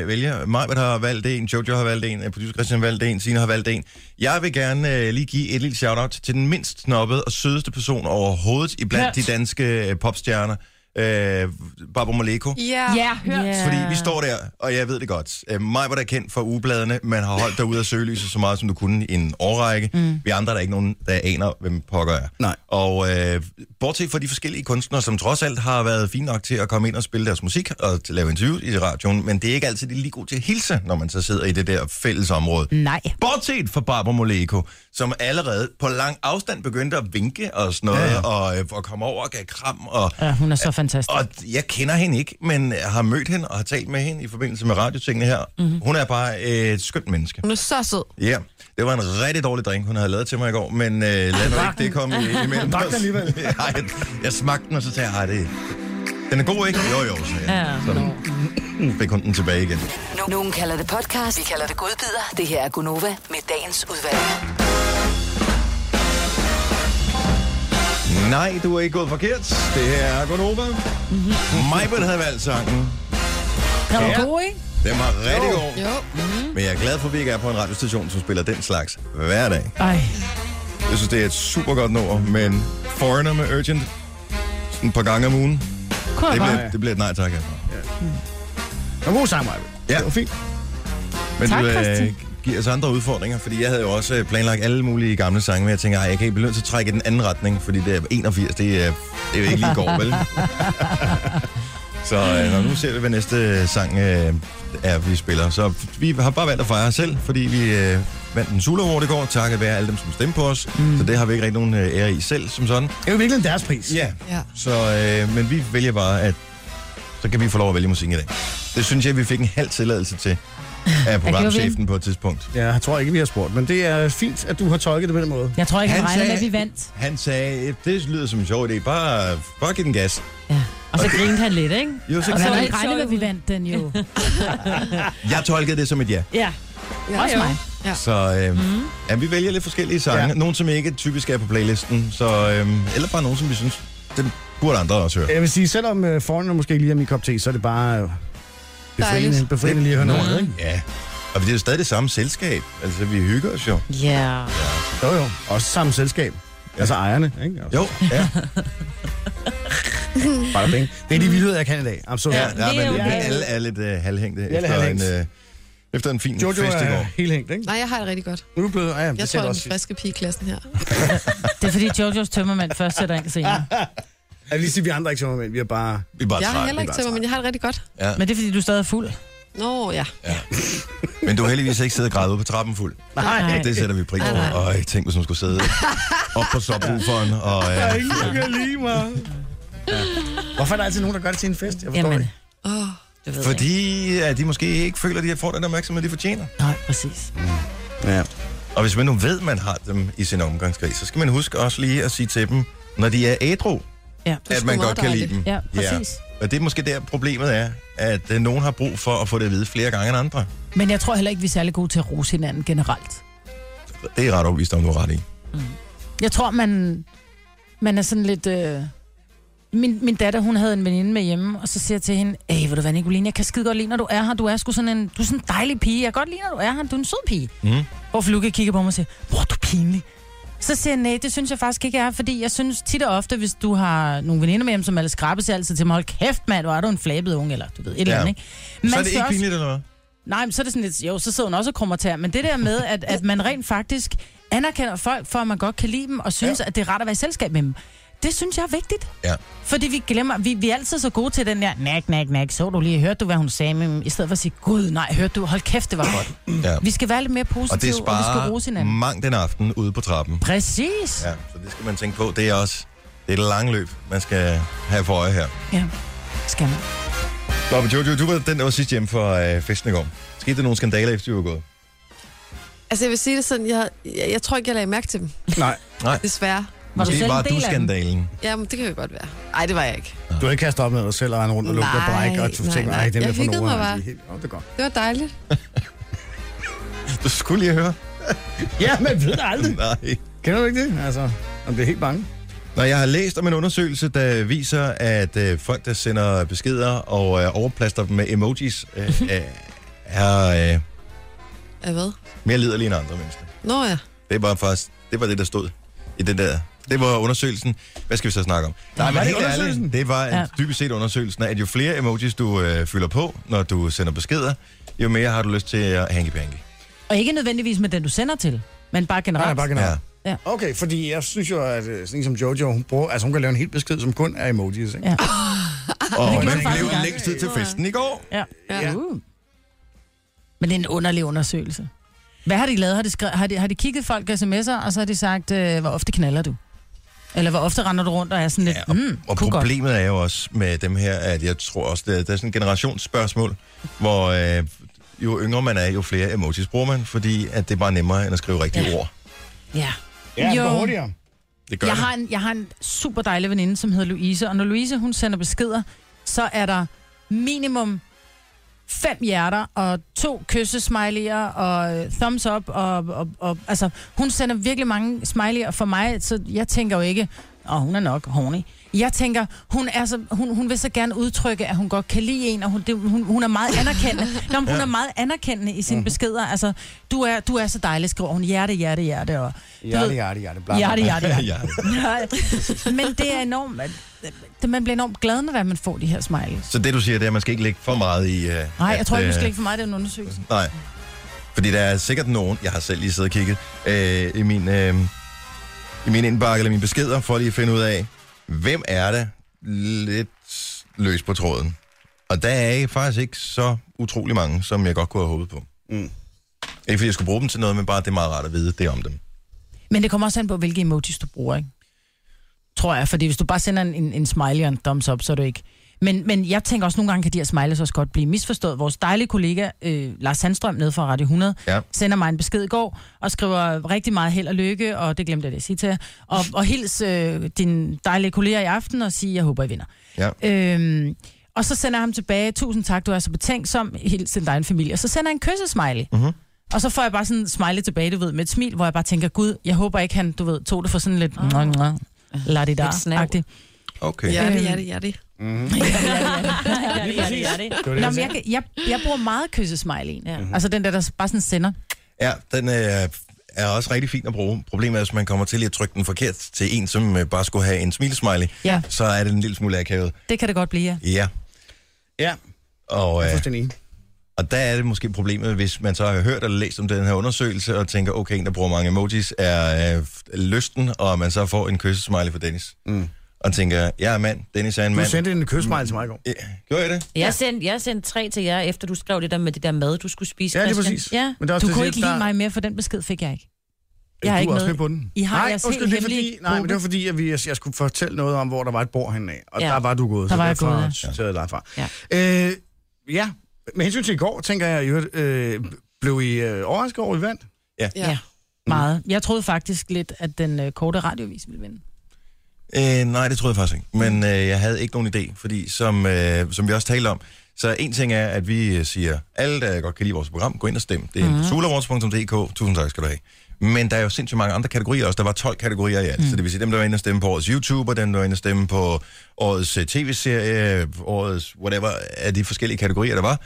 S1: øh, vælger. Majbert har valgt en, Jojo har valgt en, øh, producer Christian har valgt en, Signe har valgt en. Jeg vil gerne øh, lige give et lille shout-out til den mindst snobbede og sødeste person overhovedet i blandt de
S2: Hørt.
S1: danske øh, popstjerner, øh, Barbara Moleko.
S5: Ja.
S3: Ja, hørt.
S2: Ja.
S1: Fordi vi står der, og jeg ved det godt. Øh, Mig var der kendt for ugebladene. Man har holdt dig ude af søgelyset så meget, som du kunne i en årrække. Mm. Vi andre er der ikke nogen, der aner, hvem pokker er.
S4: Nej.
S1: Og øh, bortset fra de forskellige kunstnere, som trods alt har været fine nok til at komme ind og spille deres musik og til at lave interviews i radioen, men det er ikke altid, de er lige gode til at hilse, når man så sidder i det der fælles område.
S3: Nej.
S1: Bortset fra Barbara Moleko, som allerede på lang afstand begyndte at vinke og sådan noget, ja, ja. Og, øh, og kom over og gav kram, og
S3: Ja, hun er så fantastisk.
S1: og jeg kender hende ikke, men har mødt hende og har talt med hende i forbindelse med radiotingene her. Mm-hmm. Hun er bare øh, et skønt menneske.
S5: Mhm. Hun er så sød.
S1: Ja, yeah. det var en rigtig dårlig drink, hun havde lavet til mig i går, men øh, lad nu ikke det komme i- imellem
S4: Drak
S1: os.
S4: den alligevel.
S1: Ja, jeg, jeg smagte den, og så sagde jeg, "Ej, det, den er god, ikke? Jo, jo, sagde jeg.
S2: Ja,
S1: Så fik hun den tilbage igen.
S7: No- Nogen kalder det podcast, vi kalder det godbider. Det her er Gunova med dagens udvalg.
S1: Nej, du er ikke gået forkert. Det her er Gunova. Mm-hmm.
S5: Mhm.
S1: Majbert havde valgt sangen.
S3: Den
S1: Ja.
S3: er god, ikke?
S1: Den var rigtig god.
S5: Jo.
S1: Men jeg er glad for, at vi ikke er på en radiostation, som spiller den slags hver dag.
S3: Ej.
S1: Jeg synes, det er et super godt nummer, men Foreigner med Urgent sådan et par gange om ugen,
S3: Kunne
S1: det
S3: jeg bare.
S1: bliver, det bliver et nej tak altså. herfra.
S4: Det var god sang, Maja.
S1: Ja.
S4: Det var fint.
S1: Men
S3: Tak,
S1: du øh,
S3: Christian.
S1: giver os andre udfordringer, fordi jeg havde jo også øh, planlagt alle mulige gamle sange, men jeg tænker, ej, jeg kan ikke blive nødt til at trække i den anden retning, fordi det er 81, det er, det er jo ikke lige i går, vel? så øh, når nu ser vi, hvad næste sang øh, er, vi spiller. Så vi har bare valgt at fejre os selv, fordi vi øh, vandt en Sula Award i går, takket være alle dem, som stemte på os. Mm. Så det har vi ikke rigtig nogen øh, ære i selv, som sådan.
S4: Det er jo virkelig deres pris.
S1: Ja,
S5: Ja.
S1: Så, øh, men vi vælger bare, at så kan vi få lov at vælge musik i dag. Det synes jeg, vi fik en halv tilladelse til af programchefen på et tidspunkt.
S4: Ja, jeg tror ikke, vi har spurgt, men det er fint, at du har tolket det på den måde.
S3: Jeg tror ikke, han
S1: Han
S3: regner med, at
S1: sagde-
S3: vi vandt.
S1: Han sagde, "Eh, det lyder som en sjov idé, bare, bare giv den gas.
S3: Ja. Og så grinede han lidt, ikke?
S1: Jo, så
S3: Og så
S1: kan
S3: havde
S1: jeg,
S3: ikke regnet med, at vi vandt den jo.
S1: jeg tolkede det som et ja.
S3: Ja,
S5: Ja.
S3: også mig.
S1: Så øh, mm. ja, vi vælger lidt forskellige sange. Ja.
S4: Ja.
S1: Nogle, som ikke typisk er på playlisten, så, øh, eller bare nogle, som vi synes, den burde andre også høre.
S4: Jeg vil sige, selvom øh, foran måske lige er min kop te, så er det bare øh, befriende,
S5: Dejligt.
S4: befriende lige at høre noget. Ikke?
S1: Ja, og det er jo stadig det samme selskab. Altså, vi hygger os jo.
S2: Ja.
S4: Jo, jo. Også samme selskab. Altså ejerne, ikke? Altså,
S1: Jo, ja.
S4: Bare bing. Det er de vildheder, jeg kan i dag. I'm so
S1: Ja,
S4: sorry.
S1: ja,
S2: det er
S1: men
S2: okay.
S1: alle er lidt øh, halvhængte
S4: er
S1: efter,
S4: halvhængt.
S1: en, øh, efter en fin
S4: Jojo
S1: fest i
S4: er
S1: går.
S4: helt hængt, ikke?
S5: Nej, jeg har det rigtig godt.
S4: Nu er du blevet... ah, Ja, jamen,
S5: Jeg
S4: det
S5: tror,
S4: ser
S5: jeg
S4: du
S5: er
S4: også
S5: den friske pige i klassen her.
S3: Det er fordi Jojos tømmermand først sætter ind senere.
S4: Jeg vil lige sige, vi andre er ikke tømmermænd. Vi er bare...
S1: Vi er bare
S5: Jeg har
S1: trætte.
S5: heller ikke tømmer, men jeg har det rigtig godt.
S3: Men det er fordi, du er stadig fuld.
S5: Nå, ja.
S1: Men du har heldigvis ikke siddet og grædet ude på trappen fuld.
S4: Nej,
S3: Nej.
S1: Det sætter vi pris på.
S5: Nej, nej.
S1: Øj, tænk, hvis hun skulle sidde op på subwooferen. Og,
S4: der er
S1: øh,
S4: ingen, der kan lide mig. Hvorfor er der altid nogen, der gør det til en fest? Jeg forstår
S2: Jamen,
S4: Jamen. ikke.
S5: Åh,
S2: du ved ikke.
S1: fordi at de måske ikke føler, at de får den opmærksomhed, de fortjener.
S3: Nej, præcis.
S4: Ja.
S1: Og hvis man nu ved, at man har dem i sin omgangskreds, så skal man huske også lige at sige til dem, når de er ædru,
S3: Ja,
S5: er
S1: at
S5: sgu
S1: man
S5: meget
S1: godt kan lide
S5: dejligt.
S1: dem.
S3: ja præcis.
S1: Og Og det er måske der problemet er, at øh, nogen har brug for at få det at vide flere gange end andre.
S3: Men jeg tror heller ikke, vi er særlig gode til at rose hinanden generelt.
S1: Det er jeg ret overbevist om, du har ret i.
S3: Jeg tror, man, man er sådan lidt... Øh... Min, min datter, hun havde en veninde med hjemme, og så siger jeg til hende, Æh, vil du være Nicoline, jeg kan skide godt lide, når du er her. Du er sgu sådan en, du er sådan en dejlig pige. Jeg kan godt lide, når du er her. Du er en sød pige.
S1: Mm.
S3: Hvor Fluke kigger på mig og siger, hvor er du pinlig. Så siger jeg, nej, det synes jeg faktisk ikke jeg er, fordi jeg synes tit og ofte, hvis du har nogle veninder med hjem, som alle skrabe sig altid til mig, hold kæft mand, hvor er du en flabet unge, eller du ved, et eller
S1: Ja.
S3: andet, ikke?
S1: så er
S3: Man
S1: det
S3: skal
S1: ikke
S3: også-
S1: pinligt eller hvad?
S3: Nej, men så er det sådan lidt, jo, så sidder hun også og krummer tær, men det der med, at, at man rent faktisk anerkender folk, for at man godt kan lide dem, og synes, ja. at det er rart at være i selskab med dem, det synes jeg er vigtigt.
S1: Ja.
S3: Fordi vi glemmer, vi, vi er altid så gode til den der, nak, nak, nak, så du lige, hørte du, hvad hun sagde, men i stedet for at sige, gud, nej, hørte du, hold kæft, det var godt.
S1: Ja.
S3: Vi skal være lidt mere positive,
S1: Og det
S3: og vi skal rose
S1: sparer
S3: hinanden.
S1: mangt den aften ude på trappen.
S3: Præcis.
S1: Ja, så det skal man tænke på. Det er også det er et langt løb, man skal have for øje her.
S3: Ja, skal man.
S1: Nå, men Jojo, du var den, der var sidst hjemme fra øh, festen i går. Skete der nogle skandaler, efter du var gået?
S5: Altså, jeg vil sige det sådan, jeg, jeg, jeg tror ikke, jeg lagde mærke til dem,
S4: Nej,
S1: Nej.
S5: desværre.
S3: Var du
S1: Måske
S3: selv
S1: var
S3: en del
S1: du
S3: af den?
S1: skandalen.
S5: Jamen, det kan jo godt være. Nej, det var jeg ikke.
S4: du har ikke kastet op med dig selv og rende rundt og lugter
S5: Nej,
S4: bræk, og du
S5: nej,
S4: tænker,
S5: nej.
S4: nej, dem
S5: Jeg
S4: er for
S5: hyggede mig
S4: nogen.
S5: bare.
S4: Nå, det er godt.
S5: Det var dejligt.
S1: Du skulle lige høre.
S4: Ja, men ved det aldrig.
S1: Nej.
S4: Kender du ikke det? Altså, om det er helt bange.
S1: Når jeg har læst om en undersøgelse, der viser, at øh, folk, der sender beskeder og øh, overplaster dem med emojis, øh, øh, er øh,
S5: Ja, hvad?
S1: mere liderlige end andre mennesker.
S5: Nå ja.
S1: Det var faktisk det, var det der stod i den der... Det var undersøgelsen. Hvad skal vi så snakke om? Nej, men
S4: det
S1: helt
S4: undersøgelsen?
S1: ærligt, det var ja.
S3: Ja.
S1: dybest set undersøgelsen, af, at jo flere emojis, du øh, fylder på, når du sender beskeder, jo mere har du lyst til at hanky-panky.
S3: Og ikke nødvendigvis med den, du sender til, men bare generelt.
S4: Nej, bare generelt.
S1: Ja.
S4: Okay, fordi jeg synes jo, at øh, sådan en som Jojo, hun, bruger, altså hun kan lave en helt besked, som kun er emojis, ikke?
S3: Ja.
S1: Og
S3: gjorde
S1: man
S3: jeg faktisk
S1: blev
S3: engang.
S1: længst tid til festen i går.
S3: Ja.
S5: Ja.
S3: Uh. Men det er en underlig undersøgelse. Hvad har de lavet? Har de, skrevet, har de, har de kigget folk sms'er, og så har de sagt, øh, hvor ofte knaller du? Eller hvor ofte render du rundt og er sådan lidt, ja,
S1: og,
S3: mm,
S1: og
S3: kunne godt.
S1: problemet er jo også med dem her, at jeg tror også, det er, der er sådan et generationsspørgsmål, hvor øh, jo yngre man er, jo flere emojis bruger man, fordi at det er bare nemmere end at skrive rigtige ja. ord.
S3: Ja.
S4: Ja, det
S3: Jo.
S4: går hurtigere.
S1: Det gør
S3: Jeg
S1: det.
S3: har, en, jeg har en super dejlig veninde, som hedder Louise, og når Louise hun sender beskeder, så er der minimum fem hjerter og to kyssesmiley'er og øh, thumbs up. Og, og, og, altså, hun sender virkelig mange smiley'er for mig, så jeg tænker jo ikke, og hun er nok horny. Jeg tænker, hun, er så, hun, hun vil så gerne udtrykke, at hun godt kan lide en, og hun, det, hun, hun er meget anerkendende. Nå, men hun er meget anerkendende i
S1: Mhm.
S3: sine beskeder. Altså, du er, du er så dejlig, skriver hun. Hjerte, hjerte, hjerte. Og, du
S4: Hjerte,
S3: ved-
S4: hjerte, hjerte. Bla, bla,
S3: Hjerte,
S4: bla.
S3: hjerte, hjerte.
S1: Ja.
S3: Nej, men det er enormt... Det, man bliver enormt glad, når man får de her smileys.
S1: Så det du siger, det er, at man skal ikke lægge for meget i... Øh,
S3: Nej, jeg tror ikke,
S1: øh,
S3: du skal ikke for meget den undersøgelse.
S1: Nej. Fordi der er sikkert nogen, jeg har selv lige siddet og kigget, øh, i min, øh, i min indbakke eller mine beskeder, for lige at finde ud af, hvem er det lidt løs på tråden. Og der er faktisk ikke så utrolig mange, som jeg godt kunne have håbet på.
S4: Mm.
S1: Ikke fordi jeg skulle bruge dem til noget, men bare det er meget rart at vide det om dem.
S3: Men det kommer også an på, hvilke emojis du bruger, ikke? Tror jeg, fordi hvis du bare sender en, en, en smiley og en thumbs up, så er du ikke... Men, men jeg tænker også, nogle gange kan de her smileys også godt blive misforstået. Vores dejlige kollega, øh, Lars Sandstrøm, nede fra Radio 100,
S1: Ja.
S3: sender mig en besked i går, og skriver rigtig meget held og lykke, og det glemte jeg lige at sige til jer, og, og hils øh, din dejlige kollega i aften, og sige, jeg håber, I vinder.
S1: Ja.
S3: Øhm, og så sender jeg ham tilbage, tusind tak, du er så betænksom, helt til dig en familie. Og så sender jeg en kyssesmiley. Mm-hmm.
S4: Mhm.
S3: Og så får jeg bare sådan en smiley tilbage, du ved, med et smil, hvor jeg bare tænker, gud, jeg håber ikke, han, du ved, tog det for sådan lidt... Mm. La det der
S2: Ah. Lidt snævert.
S3: agtigt
S1: Okay. Ja.
S5: Hjerte,
S3: Øhm.
S5: hjerte, hjerte.
S4: Det var det,
S3: Nå,
S4: jeg
S3: men jeg,
S4: sagde. Mhm.
S3: kan- jeg, jeg bruger meget kyssesmileyen. Ja. Altså den der, der bare sådan sender.
S1: ja, den øh, er også rigtig fin at bruge. Problemet er, hvis man kommer til lige at trykke den forkert til en, som øh, bare skulle have en smilesmiley,
S3: Ja,
S1: så er det en lille smule akavet.
S3: det kan det godt blive, ja.
S1: Ja.
S4: Ja,
S1: Og,
S4: jeg er
S1: øh,
S4: fuldstændig enig.
S1: Og der er det måske problemet, hvis man så har hørt eller læst om den her undersøgelse, og tænker, okay, en, der bruger mange emojis, er øh, lysten, og man så får en kyssesmiley fra Dennis. Mm. Og tænker, jeg er mand, Dennis er en
S4: Du
S1: mand.
S4: sendte en kysmejl til mig i går.
S1: Ja, Gjorde jeg det?
S2: Jeg sendte, jeg sendte tre til jer, efter du skrev det der med det der mad, du skulle spise,
S4: Ja, det er
S2: Christian.
S4: præcis.
S2: Ja.
S4: Men det er
S3: Du
S4: det,
S3: kunne
S4: jeg
S3: ikke lide
S4: siger, der- Øh,
S3: mig mere, for den besked fik jeg ikke.
S4: du
S3: Jeg har
S4: er
S3: ikke
S4: også
S3: noget-
S4: med på den.
S3: I har
S4: nej,
S3: jeres
S4: undskyld,
S3: helt
S4: det er
S3: hemmelige
S4: fordi, nej, men
S3: gruppe.
S4: det var fordi, at vi, jeg, jeg skulle fortælle noget om, hvor der var et bord henne af. Og
S2: Ja.
S4: der var du gået.
S3: Der var jeg gået, ja.
S4: ja. Så jeg dig fra.
S2: Ja.
S4: Ja. Øh, ja, med hensyn til i går, tænker jeg, i øvrigt, øh, blev I øh, overrasket over, at I vandt?
S5: Ja.
S3: Meget. Jeg troede faktisk lidt, at den øh, korte radiovis ville vinde.
S1: Øh, nej, det troede jeg faktisk ikke. Men øh, jeg havde ikke nogen idé, fordi som, øh, som vi også talte om, så en ting er, at vi øh, siger, alle, der godt kan lide vores program, gå ind og stem. Det er mm. sulawards.dk. Tusind tak skal du have. Men der er jo sindssygt mange andre kategorier også. Der var 12 kategorier i alt. Mm. Så det vil sige, dem, der var inde og stemme på årets YouTuber, dem, der var inde og stemme på årets øh, tv-serie, årets whatever, af de forskellige kategorier, der var.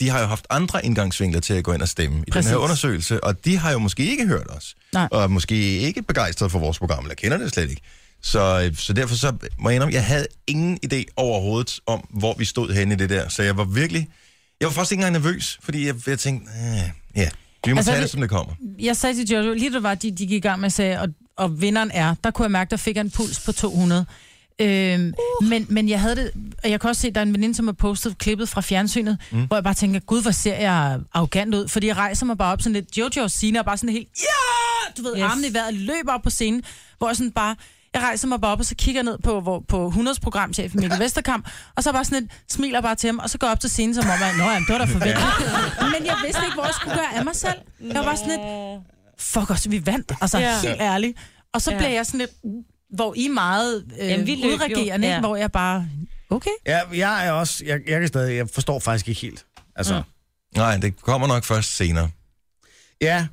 S1: De har jo haft andre indgangsvinkler til at gå ind og stemme i den
S3: Præcis.
S1: her undersøgelse, og de har jo måske ikke hørt os.
S3: Nej.
S1: Og er måske ikke begejstret for vores program, eller kender det slet ikke. Så, øh, så derfor så må jeg indrømme, jeg havde ingen idé overhovedet om, hvor vi stod henne i det der. Så jeg var virkelig... Jeg var faktisk ikke engang nervøs, fordi jeg, jeg tænkte, "Ah, ja, vi må altså,
S3: Altså,
S1: tage
S3: vi-
S1: det, som det kommer.
S3: Jeg sagde til Jojo, lige da det var, de, de gik i gang med at sige, og, og vinderen er, der kunne jeg mærke, der fik jeg en puls på 200. Øhm, uh. men, men jeg havde det, og jeg kan også se, der er en veninde, som har postet klippet fra fjernsynet, mm. hvor jeg bare tænker, gud, hvor ser jeg arrogant ud, fordi jeg rejser mig bare op sådan lidt, Jojo og Sina er bare sådan helt, ja, du ved, yes.
S2: Yes.
S3: armene i vejret, løber op på scenen, hvor jeg sådan bare, jeg rejser mig bare op, og så kigger jeg ned på, hvor, på 100's programchef Mikkel Vesterkamp, og så bare sådan et, smiler bare til ham, og så går jeg op til scenen, som om, at, nå, jamen, det var da forventet. Men jeg vidste ikke, hvor jeg skulle gøre af mig selv. Jeg var bare sådan lidt, fuck os, vi vandt. Altså,
S2: Ja.
S3: ja. helt ærligt. Og så
S2: Ja.
S3: ja. blev jeg sådan lidt, uh, hvor I er meget øh,
S2: Jamen, vi løb jo.
S3: udregerende,
S2: Ja.
S3: ja. hvor jeg bare, okay.
S4: Ja, jeg er også, jeg, jeg kan stadig, jeg forstår faktisk ikke helt. Altså, mm.
S1: Nej, det kommer nok først senere.
S4: ja,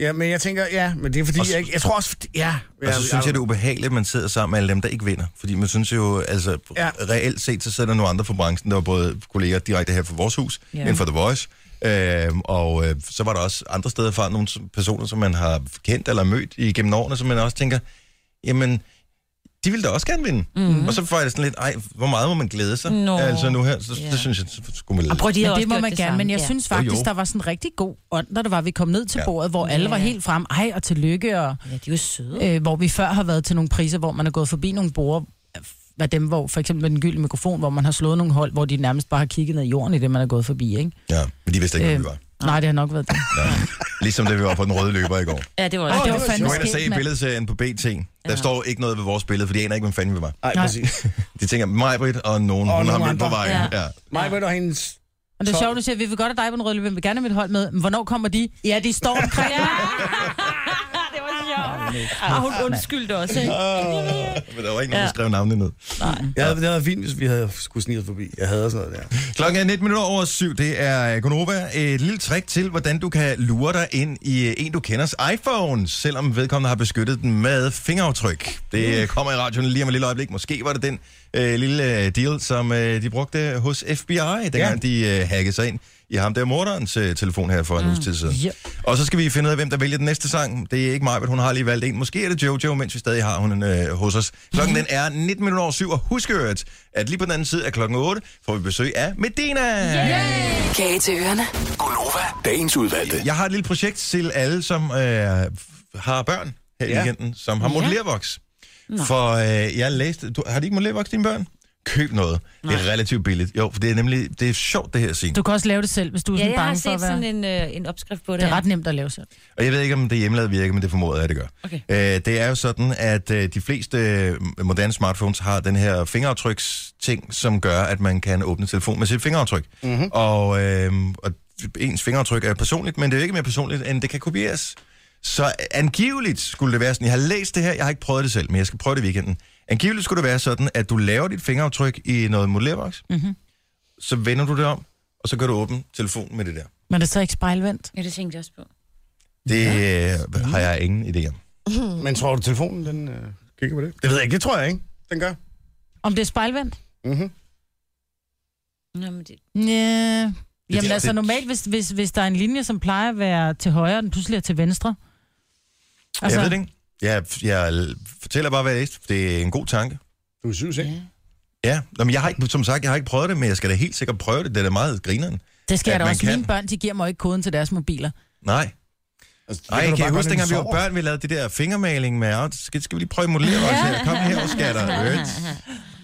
S4: ja, men jeg tænker, ja, men det er fordi,
S1: Og s-
S4: jeg, jeg tror også, fordi, ja.
S1: Og så synes jeg, det er ubehageligt, at man sidder sammen med alle dem, der ikke vinder. Fordi man synes jo, altså ja.
S4: Ja.
S1: reelt set, så sidder der nogle andre fra branchen. Der var både kolleger direkte her fra vores hus, ja.
S2: Ja.
S1: inden for The Voice. Øhm, og øh, så var der også andre steder fra nogle som- personer, som man har kendt eller mødt igennem årene, som man også tænker, jamen, de ville da også gerne vinde. Mm. Og så får jeg det sådan lidt, ej, hvor meget må man glæde sig?
S2: Nå.
S1: Altså nu her, så, yeah.
S2: Ja.
S1: det synes jeg, så skulle man lade.
S2: Og prøv, de har
S3: Men
S2: også
S3: det må
S2: gjort
S3: man gerne,
S2: samme.
S3: men jeg
S2: Ja.
S3: synes
S1: Jo, jo.
S3: faktisk, der var sådan en rigtig god ånd, da det var, vi kom ned til
S1: Ja.
S3: bordet, hvor alle var
S2: Ja.
S3: helt frem. Ej, og tillykke, og
S2: Ja, de er jo søde.
S3: øh, hvor vi før har været til nogle priser, hvor man er gået forbi nogle borer, af dem, hvor for eksempel med den gyldne mikrofon, hvor man har slået nogle hold, hvor de nærmest bare har kigget ned i jorden i det, man er gået forbi, ikke?
S1: Ja, men de vidste ikke, hvor
S3: Øh,
S1: vi var.
S3: Nej, det har nok været det.
S1: Ja. Ligesom det, vi var på den røde løber i går.
S2: Ja, det var også
S3: Åh, det var
S2: det.
S1: Gå
S3: fandme
S1: ind og se
S3: skægt,
S1: i
S3: mand.
S1: billedserien på BT. Der
S2: Ja.
S1: står ikke noget ved vores billede, for de aner ikke, hvem fanden vi var.
S4: Nej,
S3: Nej.
S4: præcis.
S1: De tænker, mig, Britt, og nogen,
S4: Og
S1: og hun har
S4: nogle
S1: mødt på
S4: andre.
S1: vejen. Ja.
S2: Ja.
S1: Ja.
S4: Mig, ved du, hendes...
S3: Og det er
S4: Så-
S3: sjovt, du siger, vi vil godt have dig på den røde løbe, vi vil gerne have mit hold med. Men hvornår kommer de? Ja, de står omkring.
S2: Ja, det var
S3: øh,
S2: sjovt. Og hun undskyldte også, ikke?
S1: Men der var ikke nogen, der
S2: Ja.
S1: skrev navnene ned.
S4: Jeg havde, det havde været fint, hvis vi havde skulle sniget forbi. Jeg havde sådan noget der.
S1: Klokken er 19 minutter over syv. Det er øh, Gonova. Et lille trick til, hvordan du kan lure dig ind i øh, en, du kenders iPhone, selvom vedkommende har beskyttet den med fingeraftryk. Det øh, kommer i radioen lige om et lille øjeblik. Måske var det den øh, lille øh, deal, som øh, de brugte hos FBI, dengang ja. de øh, hackede sig ind i ham der morderens øh, telefon her for en mm. uges tid siden.
S3: Yep.
S1: Og så skal vi finde ud af, hvem der vælger den næste sang. Det er ikke mig, men hun har lige valgt en. Måske er det Jojo, mens vi stadig har hun øh, hos os. Klokken den er 19 minutter over syv, og husk at, at lige på den anden side af klokken 8 får vi besøg af Medina. Yeah.
S7: Kage til ørerne.
S8: Gonova, dagens udvalgte.
S1: Jeg har et lille projekt til alle, som øh, f- har børn her i
S4: Ja.
S1: weekenden, som har modellervoks. For øh, jeg læste... Du, har de ikke modellervoks, dine børn? Køb noget. Det er relativt billigt. Jo, for det er nemlig... Det er sjovt, det her scene.
S3: Du kan også lave det selv, hvis du er
S2: Ja,
S3: sådan
S2: jeg har
S3: bange for
S2: set
S3: at være...
S2: sådan en, øh, en opskrift på det.
S3: Det er ret nemt at lave selv.
S1: Og jeg ved ikke, om det hjemmelavet virker, men det formoder jeg, det gør.
S2: Okay.
S1: Øh, det er jo sådan, at øh, de fleste øh, moderne smartphones har den her fingeraftryksting, som gør, at man kan åbne telefon med sit fingeraftryk. Mm-hmm. Og, øh, og ens fingeraftryk er personligt, men det er jo ikke mere personligt, end det kan kopieres. Så angiveligt skulle det være sådan, jeg har læst det her, jeg har ikke prøvet det selv, men jeg skal prøve det i weekenden. Angiveligt skulle det være sådan, at du laver dit fingeraftryk i noget modellerboks, mm-hmm. så vender du det om, og så kan du åbne telefonen med det der.
S3: Men det er så ikke spejlvendt.
S2: Ja, det tænkte jeg også på.
S1: Det øh, har jeg ingen idé om.
S4: Men tror du, telefonen, den øh, kigger på det? Det ved jeg ikke, det tror jeg ikke. Den gør.
S3: Om det er spejlvendt?
S4: Mm-hmm.
S2: Nå, men det...
S3: Ja. Jamen
S1: det-
S3: altså
S1: det-
S3: normalt, hvis, hvis, hvis der er en linje, som plejer at være til højre, og den pludselig er til venstre.
S1: Altså... Jeg ved det ikke. Jeg, jeg fortæller bare, hvad jeg læste. Det er en god tanke.
S4: Du synes ikke?
S1: Ja, Nå, men jeg har ikke, som sagt, jeg har ikke prøvet det, men jeg skal da helt sikkert prøve det. Det er da meget grineren.
S3: Det skal
S1: At
S3: jeg da
S1: man
S3: også.
S1: kan.
S3: Mine børn, de giver mig ikke koden til deres mobiler.
S1: Nej.
S4: Altså, det
S1: Nej,
S4: du
S1: kan, kan
S4: bare
S1: jeg
S4: gøre,
S1: huske,
S4: når
S1: dengang
S4: du
S1: vi var
S4: sover.
S1: børn, vi lavede det der fingermaling med, "Åh, skal, skal vi lige prøve at modellere os her? Kom her, og skatter. Øt.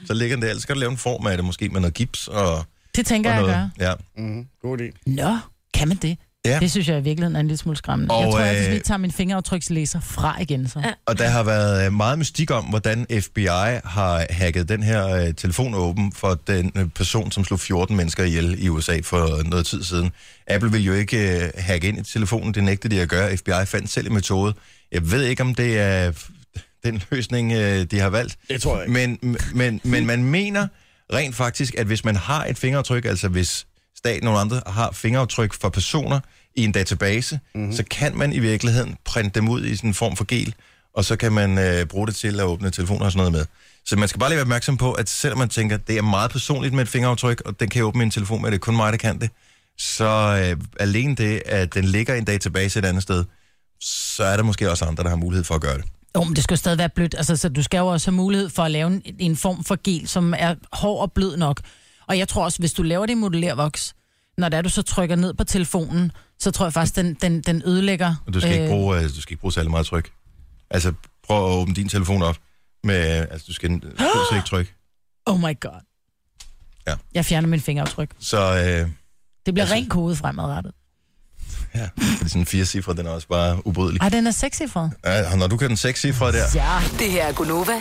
S1: Så ligger den der. Ellers skal du lave en form af det, måske med noget gips og, og
S3: Det tænker jeg, jeg gør.
S1: noget. Ja.
S4: Mhm, God idé.
S3: Nå, kan man det?
S1: Ja.
S3: Ja. Det synes jeg i virkeligheden er en lille smule skræmmende.
S1: Og,
S3: Og, jeg tror,
S1: øh,
S3: jeg faktisk lige tager min fingeraftrykslæser fra igen. Så.
S1: Og der har været øh, meget mystik om, hvordan FBI har hacket den her øh, telefon åben for den øh, person, som slog 14 mennesker ihjel i USA for noget tid siden. Apple ville jo ikke øh, hacke ind i telefonen, det nægtede de at gøre. FBI fandt selv en metode. Jeg ved ikke, om det er... den løsning, øh, de har valgt.
S4: Det tror jeg ikke.
S1: Men, men, men man mener rent faktisk, at hvis man har et fingeraftryk, altså hvis staten og andre har fingeraftryk fra personer i en database, mm-hmm. så kan man i virkeligheden printe dem ud i sådan en form for gel, og så kan man øh, bruge det til at åbne telefoner og sådan noget med. Så man skal bare lige være opmærksom på, at selvom man tænker, at det er meget personligt med et fingeraftryk, og den kan jeg åbne min telefon med, det er kun mig, der kan det, så øh, alene det, at den ligger i en database et andet sted, så er der måske også andre, der har mulighed for at gøre det.
S3: Jo, men det skal jo stadig være blødt. Altså, så du skal jo også have mulighed for at lave en, en form for gel, som er hård og blød nok. Og jeg tror også, hvis du laver det i modellervoks, når det er, du så trykker ned på telefonen, så tror jeg faktisk, den, den, den ødelægger.
S1: Og du skal, øh... ikke bruge, øh, du skal ikke bruge særlig meget tryk. Altså, prøv at åbne din telefon op. Med, øh, altså, du skal øh, stort set ikke trykke.
S3: Oh my god.
S1: Ja.
S3: Jeg fjerner min fingeraftryk.
S1: Så øh,
S3: Det bliver ren kode fremadrettet.
S1: ja, det er sådan fire cifre, den er også bare ubrydelig.
S3: Ej, den er sexifret.
S1: Ja, og når du kører den seks cifre der.
S3: Ja.
S7: Det her er Gunova.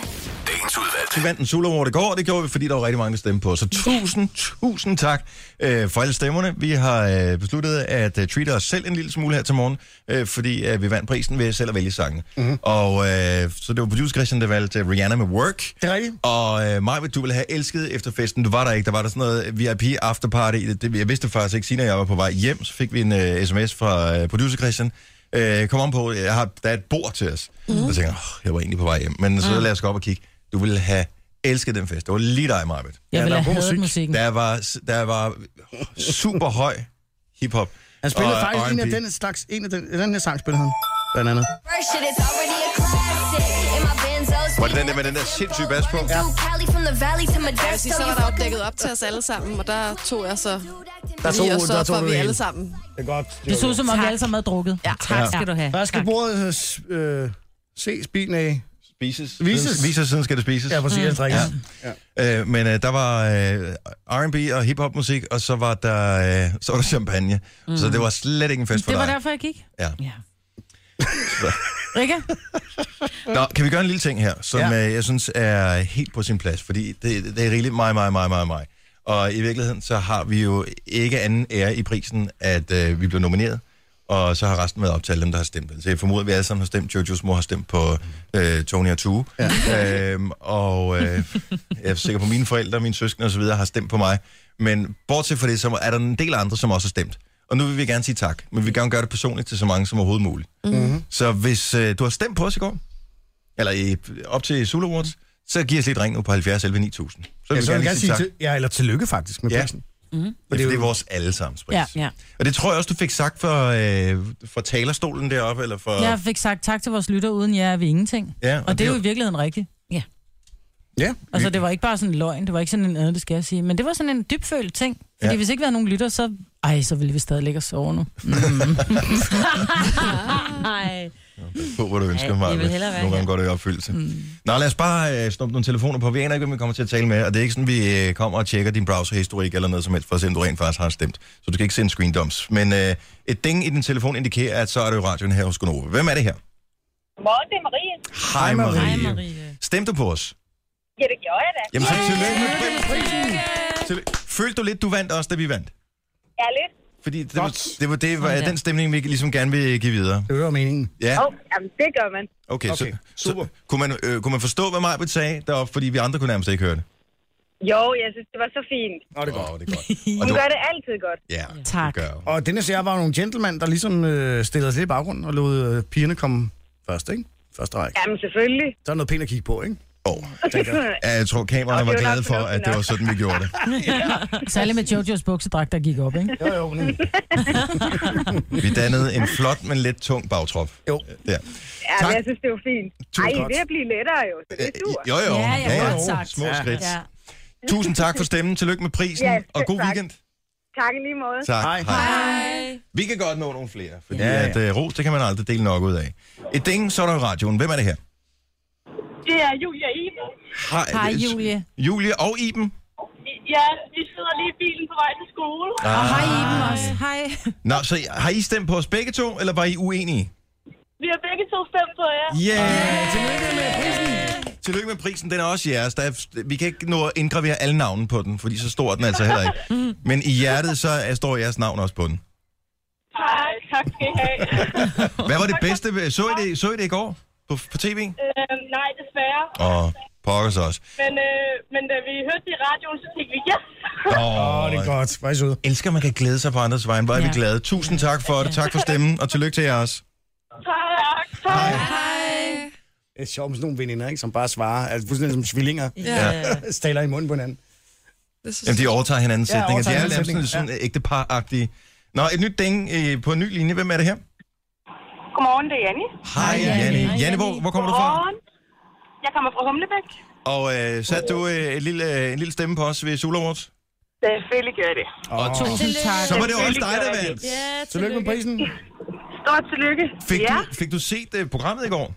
S8: Dagens udvalgte.
S1: Vi vandt en solo over det går, og det gjorde vi, fordi der var rigtig mange, der stemte på. Så tusind, tusind tak øh, for alle stemmerne. Vi har øh, besluttet at øh, treate os selv en lille smule her til morgen, øh, fordi øh, vi vandt prisen ved selv at vælge sangene. Mm-hmm. Og øh, så det var producer Christian, der valgte øh, Rihanna med Work.
S4: Det er rigtigt.
S1: Og øh, Maja, du ville have elsket efter festen. Du var der ikke. Der var der sådan noget VIP afterparty. Det, det, jeg vidste faktisk ikke. Siden jeg var på vej hjem, så fik vi en øh, sms fra øh, producer Christian. Øh, kom om på, jeg har, der er et bord til os. Mm. Så tænkte jeg, oh, jeg var egentlig på vej hjem. Men så lad os gå op og kigge. Du ville have elsket den fest. Det var lige dig, Marvitt.
S3: Jeg
S4: Ja,
S3: ville
S4: der er
S3: have
S4: god
S3: hadet
S4: musik.
S3: musikken.
S1: Der var, der var super høj hiphop.
S4: Han spillede
S1: og-
S4: faktisk
S1: og
S4: en af
S1: R&B.
S4: den slags, en af den, den her sang spillede han, blandt andet.
S1: Var det den der med den der sindssyge bas på? Ja.
S5: Jeg vil sige, så var der jo dækket op til os alle sammen, og der tog jeg så
S4: Der
S5: lige,
S4: tog,
S5: og så
S4: der
S5: for
S4: tog
S5: at
S4: du
S5: vi alle
S4: det hele.
S5: sammen.
S4: Det er godt.
S3: Det så ud som om, vi alle sammen havde drukket. Ja.
S2: Tak skal du have.
S4: Der skal bordet øh, s- øh, ses, bilen af.
S1: Spises.
S4: Vises.
S1: Vises, siden skal det spises.
S4: Ja, præcis, jeg drikker.
S1: Ja. Øh, men øh, der var øh, R&B og hiphop musik, og så var der, øh, så var der champagne. Mm. Så det var slet ikke en fest for
S3: Det var
S1: dig.
S3: derfor, jeg gik.
S1: Ja.
S3: Rikke?
S1: Nå, kan vi gøre en lille ting her, som ja.
S4: Ja.
S1: øh, jeg synes er helt på sin plads, fordi det, det er rigeligt mig, mig, mig, mig, mig. Og i virkeligheden, så har vi jo ikke anden ære i prisen, at øh, vi blev nomineret, og så har resten været op til alle dem, der har stemt. Så jeg formoder, at vi alle sammen har stemt. Jojos mor har stemt på øh, Tony og Tue. Ja. Øhm, og øh, jeg er sikker på, at mine forældre, mine søskende osv. har stemt på mig. Men bortset fra det, så er der en del andre, som også har stemt. Og nu vil vi gerne sige tak, men vi vil gerne gøre det personligt til så mange som overhovedet muligt. Mm-hmm. Så hvis øh, du har stemt på os i går, eller i, op til Zulu Awards, så giv os lidt ring nu på 70 11 9000. Så
S4: Mm. Ja,
S1: vil
S4: så
S1: vi gerne
S4: vil jeg gerne
S1: sige
S4: sige
S1: tak.
S4: til, ja, eller tillykke faktisk med
S1: Ja.
S4: prisen.
S1: Det er, det er vores allesammens pris.
S3: Ja, ja.
S1: Og det tror jeg også, du fik sagt for, øh, for talerstolen deroppe, eller for...
S3: Jeg fik sagt tak til vores lytter, uden jer er vi ingenting.
S1: Ja,
S3: og, og det er jo i virkeligheden rigtigt.
S4: Ja,
S3: Altså, det var ikke bare sådan en løgn, det var ikke sådan en andet, det skal jeg sige. Men det var sådan en dybfølt ting. Fordi
S1: Ja.
S3: ja. hvis ikke vi havde nogen lytter, så... Ej, så ville vi stadig ligge og sove nu.
S2: Nej.
S1: på, hvor du ønsker
S2: Ja,
S1: mig.
S2: jeg vil hellere være
S1: Nogle gange
S2: her.
S1: går det i opfyldelse. Mm. Nå, lad os bare øh, snuppe nogle telefoner på. Vi aner ikke, hvem vi kommer til at tale med, og det er ikke sådan, vi øh, kommer og tjekker din browserhistorik eller noget som helst, for at se, om du rent faktisk har stemt. Så du skal ikke sende screendoms. Men øh, et ding i din telefon indikerer, at så er det jo radioen her hos Gunova. Hvem er det her?
S9: Godmorgen, det er Marie.
S1: Hej Marie.
S2: Hej, Marie.
S1: Stemte du på os?
S9: Ja, det gjorde jeg da.
S1: Jamen, så tillykke med den prisen. Tillykke. Følte du lidt, du vandt også, da vi vandt?
S9: Jeg er lidt.
S1: Fordi det var, det var, det var den stemning, vi ligesom gerne vil give videre.
S4: det var meningen.
S1: Ja,
S9: Åh, oh, jamen, det gør man.
S1: okay. okay
S4: okay,
S1: så,
S4: super.
S1: så kunne, man, øh, kunne man forstå, hvad Majbet sagde deroppe? Fordi vi andre kunne nærmest ikke høre det.
S9: Jo, jeg synes, det var så fint.
S4: Nå, det er godt.
S1: Åh, det er godt. Og
S9: Hun
S1: det
S9: gør
S1: var,
S9: det altid godt.
S1: ja,
S3: Tak.
S1: det gør hun.
S4: Og denne her var nogle gentlemen, der ligesom øh, stillede os lidt i baggrunden og lod øh, pigerne komme først, ikke? Første række.
S9: Jamen, selvfølgelig.
S4: Så er der noget pænt at kigge på, ikke?
S1: Og, ja, jeg tror, kameraerne
S9: Nå,
S1: var
S9: det var
S1: glade
S9: nok
S1: for, at
S9: fornuftigt
S1: det var
S9: nok.
S1: sådan, vi gjorde det.
S3: Særligt med Jojos buksedragt, der gik op, ikke?
S4: Jo, jo, men...
S1: Vi dannede en flot, men lidt tung bagtrop.
S4: Jo.
S1: Ja.
S9: Ja,
S1: Tak.
S9: men jeg synes, det var fint.
S1: Tusind
S9: Ej,
S1: tak.
S9: det at blive lettere jo, så det er super.
S1: Jo, jo.
S2: Ja, ja, godt sagt.
S1: Små
S2: Ja.
S1: skridt.
S2: Ja.
S1: Tusind tak for stemmen. Tillykke med prisen,
S9: Ja,
S1: og god
S9: tak.
S1: weekend.
S9: Tak i lige måde.
S1: Tak.
S4: Hej.
S2: Hej.
S1: Vi kan godt nå nogle flere, fordi ja,
S4: Ja,
S1: ja.
S4: ja.
S1: at øh, ros, det kan man aldrig dele nok ud af. Et ding, så er der radioen. Hvem er det her?
S9: Det er Julia Iben.
S3: Hej, Julie.
S1: Julie og Iben.
S9: Ja, vi sidder lige i bilen på vej til skole.
S3: Og hej Iben også. Hej.
S1: Nå, så har I stemt på os begge to, eller var I uenige?
S9: Vi har begge to stemt på jer.
S1: Ja, yeah. tillykke med prisen. Tillykke med prisen, den er også jeres. Der er, vi kan ikke nå at indgravere alle navnene på den, fordi så stor er den altså heller ikke. Men i hjertet, så er, står jeres navn også på den.
S9: Hej, tak skal I have.
S1: Hvad var det bedste? ved- Så I det, så I det i går på, på tv?
S9: øhm, nej, det
S10: Øh, desværre.
S1: Og pokkers også.
S10: Men, øh, men da vi hørte det i radioen, så tænkte vi, yes!
S1: Åh,
S4: Åh, det er godt. Hvor er I søde.
S1: elsker, at man kan glæde sig på andres vegne. Hvor er ja.
S11: Ja.
S1: vi glade. Tusind tak for det. Tak for stemmen, og tillykke til jer også.
S10: tak, tak.
S4: Det er sjovt med sådan nogle veninder, ikke, som bare svarer, altså fuldstændig som svillinger,
S11: Ja. ja.
S4: staler i munden på hinanden.
S5: Det er så
S1: Jamen, de overtager hinandens
S4: Ja,
S1: ja, sætninger. De
S4: overtager
S1: er nærmest sådan,
S4: hinandens
S1: sådan ja. ægte par-agtige. Nå, et nyt ding øh, på en ny linje. Hvem er det her?
S10: Godmorgen, det er Janni.
S1: Hej, Janne. Janne, hvor, hvor kommer du fra?
S10: Jeg kommer fra Humlebæk.
S1: Og øh, satte du øh, en, lille, øh, en lille stemme på os ved Sula Awards?
S10: Selvfølgelig gør jeg det.
S4: Og
S3: Tusind tak.
S1: Så var det også dig, der vandt.
S11: Ja,
S4: Tillykke med prisen.
S10: Stort tillykke.
S1: Fik,
S10: ja.
S1: du, fik du set øh, programmet i går?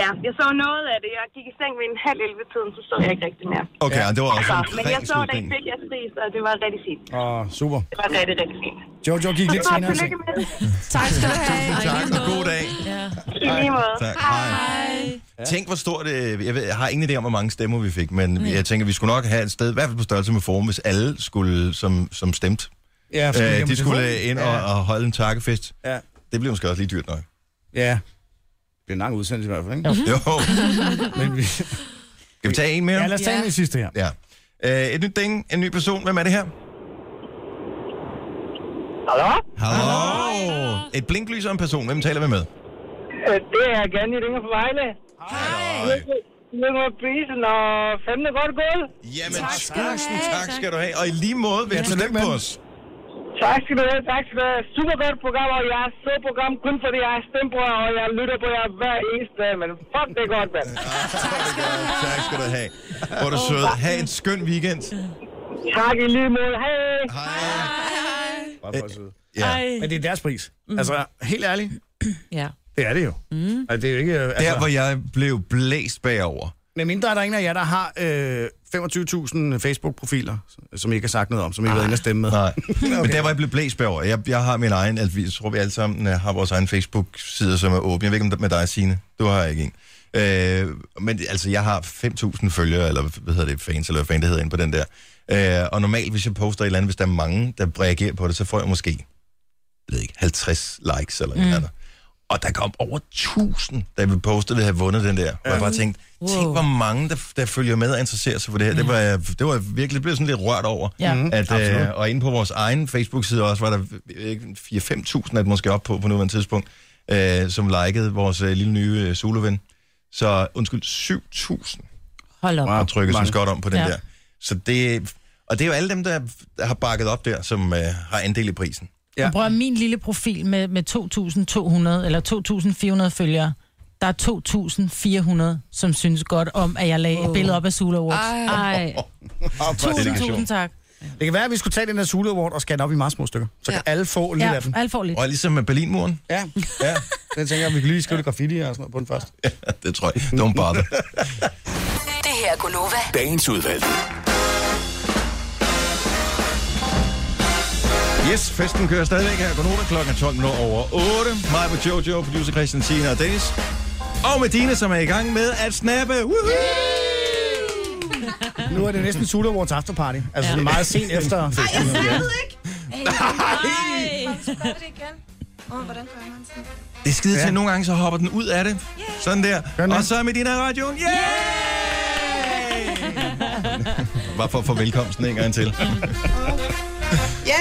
S10: ja, jeg så noget af det. Jeg gik i seng ved en halv 11 tiden, så så jeg ikke rigtig mere.
S1: Okay, ja. det var også
S10: Så,
S1: en
S10: men jeg
S1: kræn
S10: så, da I
S1: slutning.
S10: fik jeres pris, og det var rigtig fint.
S4: Åh, super.
S10: Det var rigtig, rigtig fint.
S4: Jojo gik lidt
S10: Så
S4: senere. i seng.
S10: tillykke med det.
S11: Tak skal du have.
S1: Tak, og god dag.
S11: Ja.
S10: I lige måde.
S1: Tak. Hej. Tænk, hvor stort... Øh, jeg, ved, jeg har ingen idé om, hvor mange stemmer vi fik, men mm. jeg tænker, vi skulle nok have et sted, i hvert fald på størrelse med forum, hvis alle skulle, som, som stemte,
S4: Ja, for
S1: øh,
S4: igennem
S1: de skulle
S4: telefonen.
S1: ind
S4: Ja,
S1: og, og holde en takkefest.
S4: Ja.
S1: Det blev måske også lige dyrt nok.
S4: Ja. Det er en lang udsendelse i hvert fald, ikke?
S1: Jo.
S4: Men vi...
S1: Kan vi tage en mere?
S4: Ja, lad os tage en i sidste her.
S1: Ja. Øh, et nyt ding, en ny person. Hvem er det her?
S10: Hallo?
S1: Hallo. Et blinklys og en person. Hvem taler vi med?
S10: Øh, Det er Janni Ringer fra Vejle.
S1: Hej.
S10: Lykke med prisen, og fandme godt gået.
S1: Jamen, tusind tak skal du have. Og i lige måde vil jeg tage
S4: Tillykke
S1: på
S4: med
S1: os.
S10: Tak skal du have, tak skal du have. Super godt program, og jeg så program kun fordi jeg har stemt på jer, og jeg lytter på jer hver eneste dag, men fuck det er godt, mand.
S1: Ah, Tak skal du have. Hvor er du sød. Ha' en skøn weekend.
S10: Tak i lige måde, hej.
S1: Hej.
S4: Bare for at sidde.
S1: Ja.
S4: Men det er deres pris. Altså, helt ærligt,
S11: ja.
S4: det er det jo. Mm. Altså, det er jo ikke... øh, Altså,
S1: Der, hvor jeg blev blæst bagover.
S4: Med mindre er der en af jer, der har øh, 25.000 Facebook-profiler, som I ikke har sagt noget om, som I har været inde og stemme med.
S1: Ah. Nej, okay. men der var jeg blevet blæst bagover. Jeg, jeg har min egen, altså, vi- jeg tror vi alle sammen øh, har vores egen Facebook-side, som er åben. Jeg ved ikke om det er med dig, Signe. Du har ikke en. Øh, men altså, jeg har 5.000 følgere, eller hvad hedder det, fans, eller hvad fanden det hedder, inde på den der. Øh, og normalt, hvis jeg poster et eller andet, hvis der er mange, der reagerer på det, så får jeg måske, jeg ved ikke, 50 likes eller mm. noget andet. Og der kom over 1000, da vi postede, at vi havde vundet den der. Og jeg bare tænkte, tænk
S11: Wow.
S1: hvor mange, der, der følger med og interesserer sig for det her. Det var, jeg- det var jeg virkelig blevet sådan lidt rørt over.
S3: Ja.
S1: Mm, at, øh,
S4: absolut.
S1: og inde på vores egen Facebook-side også, var der øh, ikke, 4-5.000, at måske op på på nuværende tidspunkt, øh, som likede vores øh, lille nye øh, soloven. Så undskyld, 7.000
S11: Hold op.
S1: har trykket
S4: mange.
S1: sig godt om på den
S11: Ja.
S1: der. Så det, og det er jo alle dem, der, der har bakket op der, som øh, har andel i prisen.
S4: Ja.
S3: Ja. Prøv at min lille profil med, med 2.200 eller 2.400 følgere, der er 2.400, som synes godt om, at jeg lagde et billede op af Sula Awards.
S11: Ej,
S1: Tusind,
S3: Tusind tak.
S4: Det kan være, at vi skulle tage den der Sule Award og skære den op i meget små stykker. Så kan
S5: Ja.
S4: alle få lidt
S3: Ja,
S4: af den.
S3: alt for lidt.
S1: Og ligesom med Berlinmuren.
S4: Ja, ja. Den tænker jeg, vi kan lige skrive lidt graffiti og sådan noget på den først.
S1: det tror jeg. Don't bother.
S12: Det her er Gunova.
S8: Dagens udvalgte.
S1: Yes, festen kører stadigvæk her på Nova klokken er 12 minutter over 8. Mig på Jojo, producer Christian Sina og Dennis. Og med Dine, som er i gang med at snappe. Woohoo!
S4: Nu er det næsten Sule Awards afterparty. Altså ja. meget sent efter festen.
S1: Det er skide til,
S4: Ja.
S1: at nogle gange så hopper den ud af det. Sådan der.
S4: Gør den
S1: Og
S4: det?
S1: så er Medina i radioen. Yeah! Bare for at få velkomsten en gang til. yeah!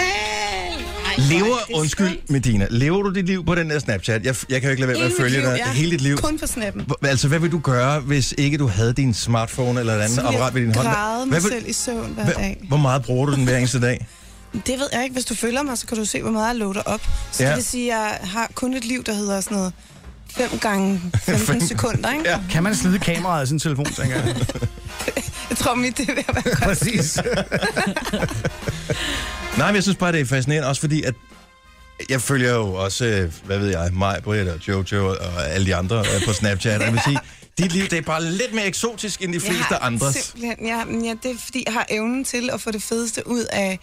S1: Lever, undskyld Medina, lever du dit liv på den der Snapchat? Jeg, jeg kan jo ikke lade være med at følge dig hele dit liv.
S2: Kun for snappen.
S1: Hvor- Altså, hvad vil du gøre, hvis ikke du havde din smartphone eller et andet apparat ved din hånd?
S2: græde mig
S1: Hvad vil-
S2: selv i søvn hver
S1: Hvad,
S2: dag.
S1: hvor meget bruger du den hver eneste dag?
S2: Det ved jeg ikke. Hvis du følger mig, så kan du se, hvor meget jeg loader op. Så
S1: Ja.
S2: ja. det vil sige, at jeg har kun et liv, der hedder sådan noget 5 gange 15 sekunder, ikke?
S1: Ja.
S2: Ja.
S4: Kan man slide kameraet af sin telefon, tænker jeg.
S2: Jeg tror, mit det vil være godt.
S4: Præcis.
S1: Nej, men jeg synes bare, det er fascinerende, også fordi, at jeg følger jo også, øh, hvad ved jeg, mig, Britt og Jojo og alle de andre øh, på Snapchat, og jeg vil sige, dit liv, det er bare lidt mere eksotisk end de
S2: Jeg
S1: fleste
S2: har
S1: andres.
S2: Simpelthen, ja, men ja, det er fordi, jeg har evnen til at få det fedeste ud af,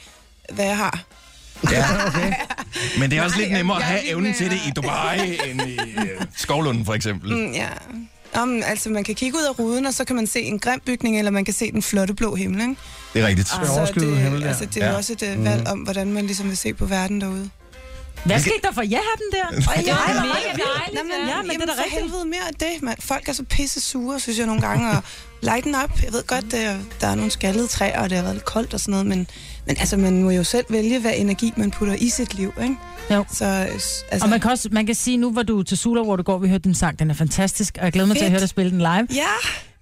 S2: hvad jeg har.
S1: Ja, okay. Men det er også
S2: Nej,
S1: lidt nemmere at
S2: jeg er
S1: have
S2: lidt
S1: evnen til det
S2: mere-
S1: i Dubai end i øh, Skovlunden, for eksempel.
S2: Mm, ja. Om, altså, man kan kigge ud af ruden, og så kan man se en grim bygning, eller man kan se den flotte blå himmel, ikke?
S1: Det er rigtigt.
S2: Så
S4: overskyet himmel, ja.
S2: det, altså, det er
S1: Ja. Mm.
S2: ja. også et øh, valg om, hvordan man ligesom vil se på verden derude.
S3: Hvad skete der for ja-happen der?
S2: Ej,
S3: Ej,
S2: det var
S3: mega
S2: mega
S3: dejligt.
S2: dejligt. Jamen,
S3: Ja, men
S2: jamen,
S3: det er da
S2: for
S3: rigtigt.
S2: helvede mere af det. Man, folk er så pisse sure, synes jeg nogle gange. Og lighten up. Jeg ved godt, der, der er nogle skaldede træer, og det har været lidt koldt og sådan noget. Men, men altså, man må jo selv vælge, hvad energi man putter i sit liv, ikke?
S3: Jo.
S2: Så, s- altså,
S3: Og man kan, også, man kan sige, nu hvor du til Sula, hvor du går, vi hørte din sang, den er fantastisk, og jeg glæder mig til at
S2: Fedt.
S3: høre dig spille den live.
S2: Ja.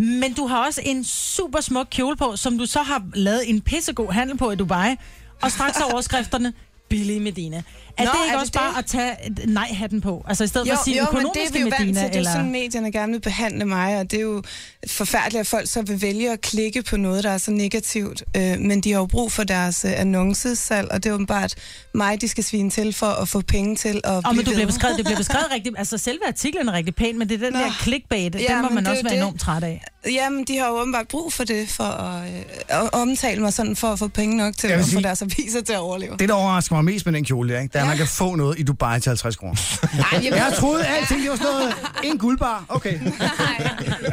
S3: Men du har også en super smuk kjole på, som du så har lavet en pissegod handel på i Dubai, og straks er overskrifterne, billig Medina. Er Nå,
S2: Nå,
S3: det ikke
S2: er det
S3: også det? bare
S2: det?
S3: at tage et nej-hatten på? Altså i stedet for at sige
S2: men det er
S3: økonomiske
S2: vi jo vant
S3: Medina,
S2: til. Det er jo
S3: eller...
S2: sådan, medierne gerne vil behandle mig, og det er jo forfærdeligt, at folk så vil vælge at klikke på noget, der er så negativt. Øh, men de har jo brug for deres øh, annoncesalg, og det er åbenbart mig, de skal svine til for at få penge til at
S3: Og
S2: blive
S3: men du
S2: ved.
S3: bliver beskrevet, det bliver beskrevet rigtigt. Altså selve artiklen er rigtig pæn, men det er den Nå.
S2: Nå.
S3: der clickbait, ja,
S2: Ja,
S3: den må
S2: men
S3: man
S2: det er
S3: også
S2: jo
S3: være
S2: det.
S3: enormt træt af.
S2: Jamen, de har jo åbenbart brug for det, for at, øh, at omtale mig sådan, for at få penge nok til
S4: Jeg vil
S2: at få
S4: sige-
S2: deres aviser til at overleve.
S4: Det, der overrasker mig mest med den kjole, der, ikke? det er, at man kan få noget i Dubai til 50 kroner.
S2: jamen-
S4: jeg troede alting, det var sådan noget. En guldbar, okay.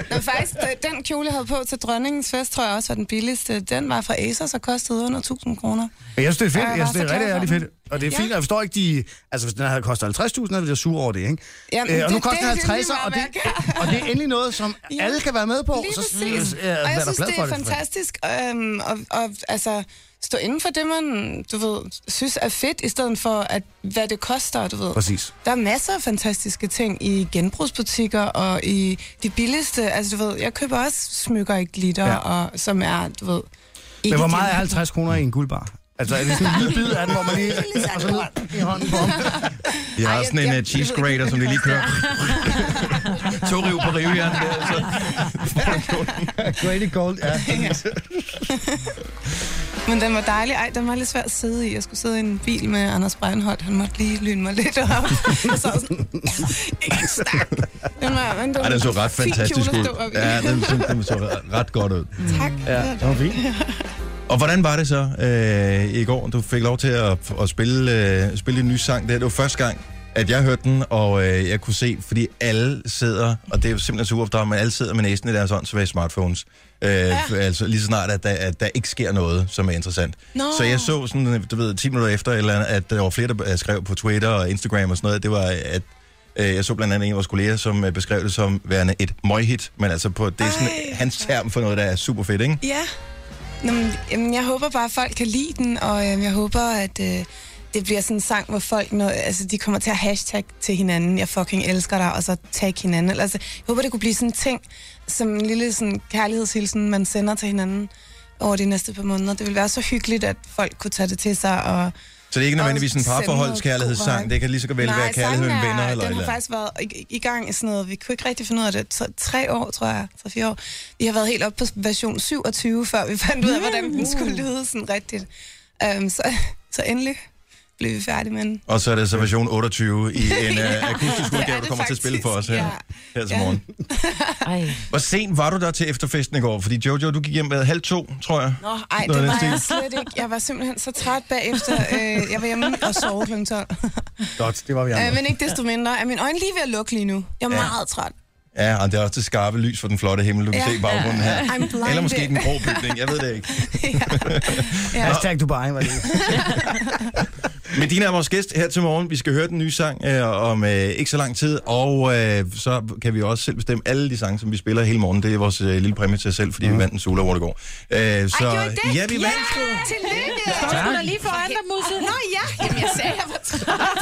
S2: Men faktisk, da- den kjole, jeg havde på til dronningens fest, tror jeg også var den billigste. Den var fra Asos og kostede under 1000 kroner.
S4: Men jeg synes, det er
S2: Ja,
S4: fedt. Jeg synes, det
S2: jeg var
S4: er
S2: så
S4: rigtig,
S2: glad
S4: rigtig
S2: for
S4: fedt. Og det er
S2: Ja.
S4: fint, og jeg forstår ikke, de... Altså, hvis den havde kostet 50.000, så ville jeg sur over det, ikke?
S2: Jamen,
S4: Øh, og nu
S2: det-
S4: koster
S2: det er
S4: den 50,
S2: lige
S4: og det,
S2: meget, hvad
S4: og det er endelig noget, som alle kan være med på.
S2: Lige
S4: så
S2: præcis.
S4: øh, er
S2: og jeg
S4: jeg da
S2: synes,
S4: glad
S2: det
S4: for
S2: er
S4: det.
S2: fantastisk øhm, og, og, altså, stå inden for det, man du ved, synes er fedt, i stedet for, at, hvad det koster, du ved.
S4: Præcis.
S2: Der er masser af fantastiske ting i genbrugsbutikker og i de billigste. Altså, du ved, jeg køber også smykker i glitter,
S4: Ja.
S2: ja. og, som er, du ved...
S4: Men
S2: ikke
S4: hvor meget er
S2: diamanter.
S4: 50 kroner i en guldbar? Altså, er det sådan en lille bid af den, hvor man lige... Altså, Og så ned i hånden på ham.
S1: De har
S2: Ej,
S1: sådan en
S2: jeg-
S1: uh,
S2: jeg-
S1: cheese grater, som de lige kører. to riv på rivjernet der, så får du kun.
S4: Great gold, ja.
S2: Men den var dejlig. Ej, den var lidt svær at sidde i. Jeg skulle sidde i en bil med Anders Breinholt. Han måtte lige lyne mig lidt op. Og så sådan... Ikke snak. Den var, men den
S1: Ej, den så
S2: var
S1: ret
S2: fin
S1: fantastisk
S2: kjole
S1: ud.
S2: at stå op i.
S1: Ja, den, synes, den så re- ret godt ud.
S2: Tak. Ja.
S4: Det var fint.
S1: Og hvordan var det så øh, i går? Du fik lov til at, at spille, øh, spille en ny sang der. Det var første gang, at jeg hørte den, og øh, jeg kunne se, fordi alle sidder, og det er jo simpelthen så uopdraget, men alle sidder med næsen i deres åndssvage smartphones. Øh, ja. Altså lige så snart, at der, at der ikke sker noget, som er interessant.
S2: Nå.
S1: Så jeg så sådan, du ved, 10 minutter efter, et eller andet, at der var flere, der øh, skrev på Twitter og Instagram og sådan noget, det var, at øh, jeg så blandt andet en af vores kolleger, som øh, beskrev det som værende et møghit, men altså på, det er sådan
S2: Ej.
S1: hans term for noget, der er super fedt, ikke?
S2: Ja. Nå, men, jamen, jeg håber bare, at folk kan lide den, og øhm, jeg håber, at øh, det bliver sådan en sang, hvor folk når, altså, de kommer til at hashtag til hinanden, jeg fucking elsker dig, og så tag hinanden. Eller, Altså, jeg håber, det kunne blive sådan en ting, som en lille sådan, kærlighedshilsen, man sender til hinanden over de næste par måneder. Det ville være så hyggeligt, at folk kunne tage det til sig. Og,
S1: Så det er ikke nødvendigvis en
S2: Og sende noget
S1: parforholdskærlighedssang.
S2: god
S1: Det kan lige så godt vel være kærligheden
S2: sangen er-
S1: venner eller et
S2: den
S1: eller andet.
S2: har faktisk været i, i gang i sådan noget. Vi kunne ikke rigtig finde ud af det. Tre, tre år, tror jeg. Tre, fire år. Vi har været helt op på version 27, før vi fandt ud af, hvordan den skulle lyde sådan rigtigt. Um, så, så endelig blev vi færdige med den.
S1: Og så er det så version 28 i en ja,
S2: Ja,
S1: akustisk
S2: det er
S1: udgave, du
S2: det
S1: kommer til at spille for os her,
S2: faktisk,
S1: ja. her til
S2: Ja.
S1: morgen.
S13: Ej.
S1: Hvor sent var du der til efterfesten i går? Fordi Jojo, du gik hjem med halv to, tror jeg.
S2: Nå, ej,
S1: Noget af
S2: det
S1: den
S2: var
S1: stil.
S2: jeg slet ikke. Jeg var simpelthen så træt bagefter. Øh, jeg var hjemme og sov kl. 12.
S4: Godt, det var vi
S2: Øh,
S4: andre.
S2: men ikke desto mindre. Er mine øjne lige ved at lukke lige nu? Jeg er
S1: Ja.
S2: meget træt.
S1: Ja, og det er også det skarpe lys for den flotte himmel, du kan
S2: Ja.
S1: se i baggrunden her.
S2: I'm blinded.
S1: Eller måske den grå bygning, jeg ved det ikke.
S4: Hashtag Dubai var det.
S1: Medina er vores gæst her til morgen. Vi skal høre den nye sang øh, om øh, ikke så lang tid, og øh, så kan vi også selv bestemme alle de sange, som vi spiller hele morgen. Det er vores øh, lille præmie til os selv, fordi vi vandt en Sula Award i går. Øh, så,
S2: gjorde I Mhm. det?
S1: ja, vi vandt sgu.
S2: Tillykke!
S3: Står du der lige foran dig, Musse?
S2: Nå ja, jamen jeg sagde, jeg var træt.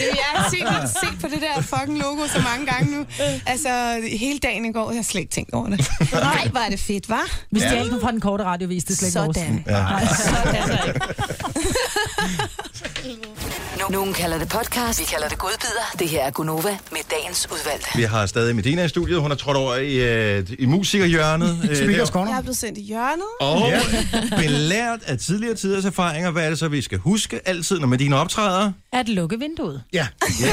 S2: Jamen, jeg har set, set på det der fucking logo så mange gange nu. Altså, hele dagen i går, jeg har slet ikke tænkt over det. Nej, var det fedt, var?
S3: Hvis de
S1: Ja.
S3: er ikke fra den korte radiovis, det er slet ikke vores.
S2: Sådan.
S1: Ja.
S10: Nu- Nogen kalder det podcast, vi kalder det godbider. Det her er Gunova med dagens udvalgte.
S1: Vi har stadig Medina i studiet. Hun er trådt over i, øh, i musikerhjørnet. Øh,
S4: Speakers
S1: derovre.
S4: corner.
S2: Jeg er blevet sendt i hjørnet.
S1: og belært af tidligere tiders erfaringer, hvad er det så, vi skal huske altid, når Medina optræder?
S3: At lukke vinduet.
S4: Ja.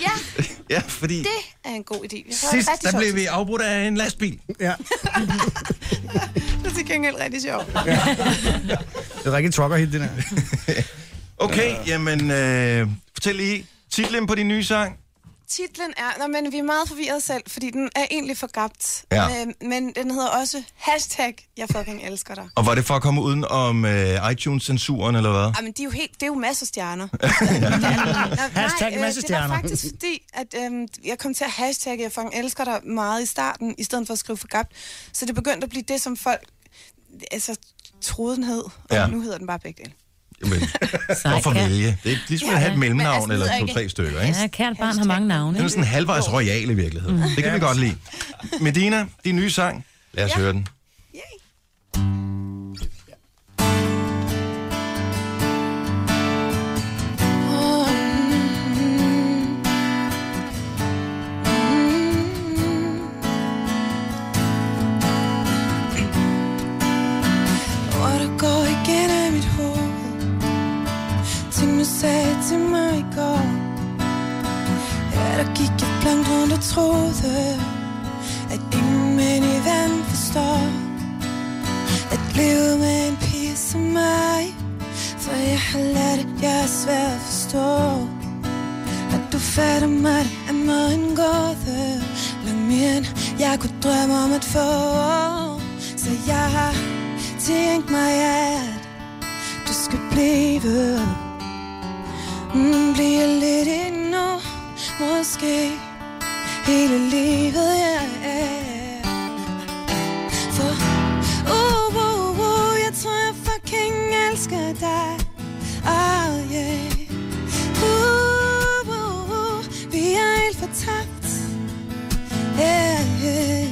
S2: Ja,
S1: Ja, fordi det
S2: det er en god idé. Jeg har
S1: sidst,
S2: rigtig
S1: der
S2: sjovt.
S1: blev vi afbrudt af en lastbil.
S4: ja.
S2: Det er til gengæld rigtig sjovt.
S4: Det er rigtig trucker helt det der.
S1: Okay, jamen, øh, fortæl lige titlen på din nye sang.
S10: Titlen er, nå, men vi er meget forvirret selv, fordi den er egentlig for gabt.
S1: Ja.
S10: Øh, men den hedder også hashtag, jeg fucking elsker dig.
S1: Og var det for at komme uden om øh, iTunes-censuren, eller hvad?
S10: Jamen, Ah, de er jo helt, det er jo masser af stjerner.
S1: Hashtag
S10: øh,
S1: masse
S10: Det
S1: stjerner.
S10: var faktisk fordi, at øhm, jeg kom til at hashtagge, jeg fucking elsker dig meget i starten, i stedet for at skrive for gabt. Så det begyndte at blive det, som folk altså, troede den hed. Og
S1: Ja.
S10: ja. nu hedder den bare begge dele.
S1: Hvorfor vælge? Det er ligesom at have et mellemnavn
S10: Men altså,
S1: eller
S10: det lyder
S1: to-tre
S10: ikke-
S1: stykker, ikke?
S2: Ja, kært barn har mange navne.
S1: Den er sådan halvvejs royal i virkeligheden. Det kan vi godt lide. Medina, din nye sang. Lad os høre den.
S10: Og der går igen af mit hoved Ting du sagde til mig i går Ja, der gik jeg blankt rundt og troede At ingen mænd i verden forstår At leve med en pige som mig For jeg har lært, at jeg er svær at forstå At du fatter mig, det er mig en gåde Langt mere end jeg kunne drømme om at få Så jeg har tænkt mig, at du skal blive mm, Blive lidt endnu, måske hele livet, ja yeah. For uh, uh, uh, jeg tror, jeg fucking elsker dig Oh yeah Uh, uh, uh, vi er helt fortabt Yeah, yeah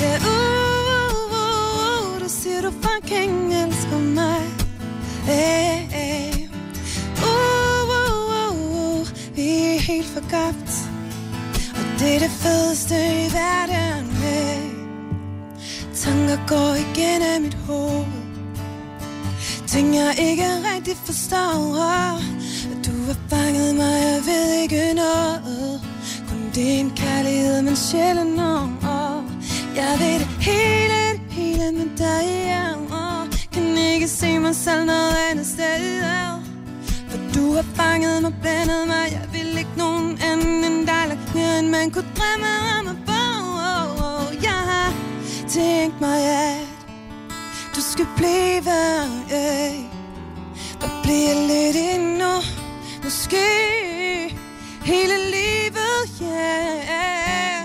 S10: Ja, uh, uh, uh, uh, du siger, du fucking elsker mig. Hey, hey. Uh, uh, uh, uh, vi er helt forgabt. Og det er det fedeste i verden. Hey. Tanker går igen af mit hoved. Ting, jeg ikke rigtig forstår. Du har fanget mig, jeg ved ikke noget. Kun din kærlighed, men sjælen når. Jeg ved det hele, det hele med dig ja, og Kan ikke se mig selv noget andet sted ja. For du har fanget mig, blandet mig Jeg vil ikke nogen anden end dig Lagt mere end man kunne drømme om at bo Jeg har tænkt mig, at du skal blive yeah. Og blive lidt endnu Måske hele livet, yeah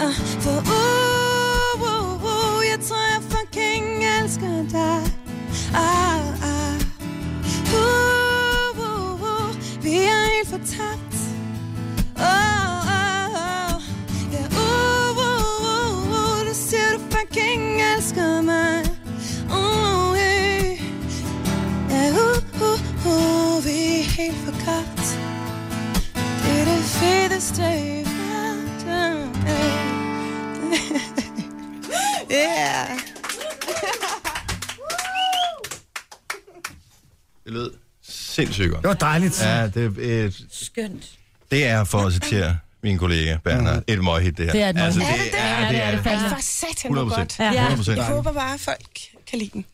S10: Ah, For uh, uh, uh, jeg tror, jeg fucking elsker dig. Ah, ah. Uh, uh, uh, vi er helt fortabt. Oh, oh, oh. Ja, uh, uh, uh, uh, du siger, du fucking elsker mig. Uh, yeah. Ja, uh, uh, uh, vi er helt forgabt. Det er det fedeste i verden. yeah.
S1: Det lød sindssygt godt.
S4: Det var dejligt.
S1: Ja, det, øh,
S2: Skønt.
S1: det er for at citere min kollega Bernhard. Et møghit, Mm. det her.
S2: Det er et
S1: altså,
S2: møghit.
S1: det, er, det, er, det,
S2: altså.
S10: fandme. For satan, hvor
S1: 100%.
S10: godt.
S1: Ja. 100%.
S10: Jeg håber bare, at folk kan lide den.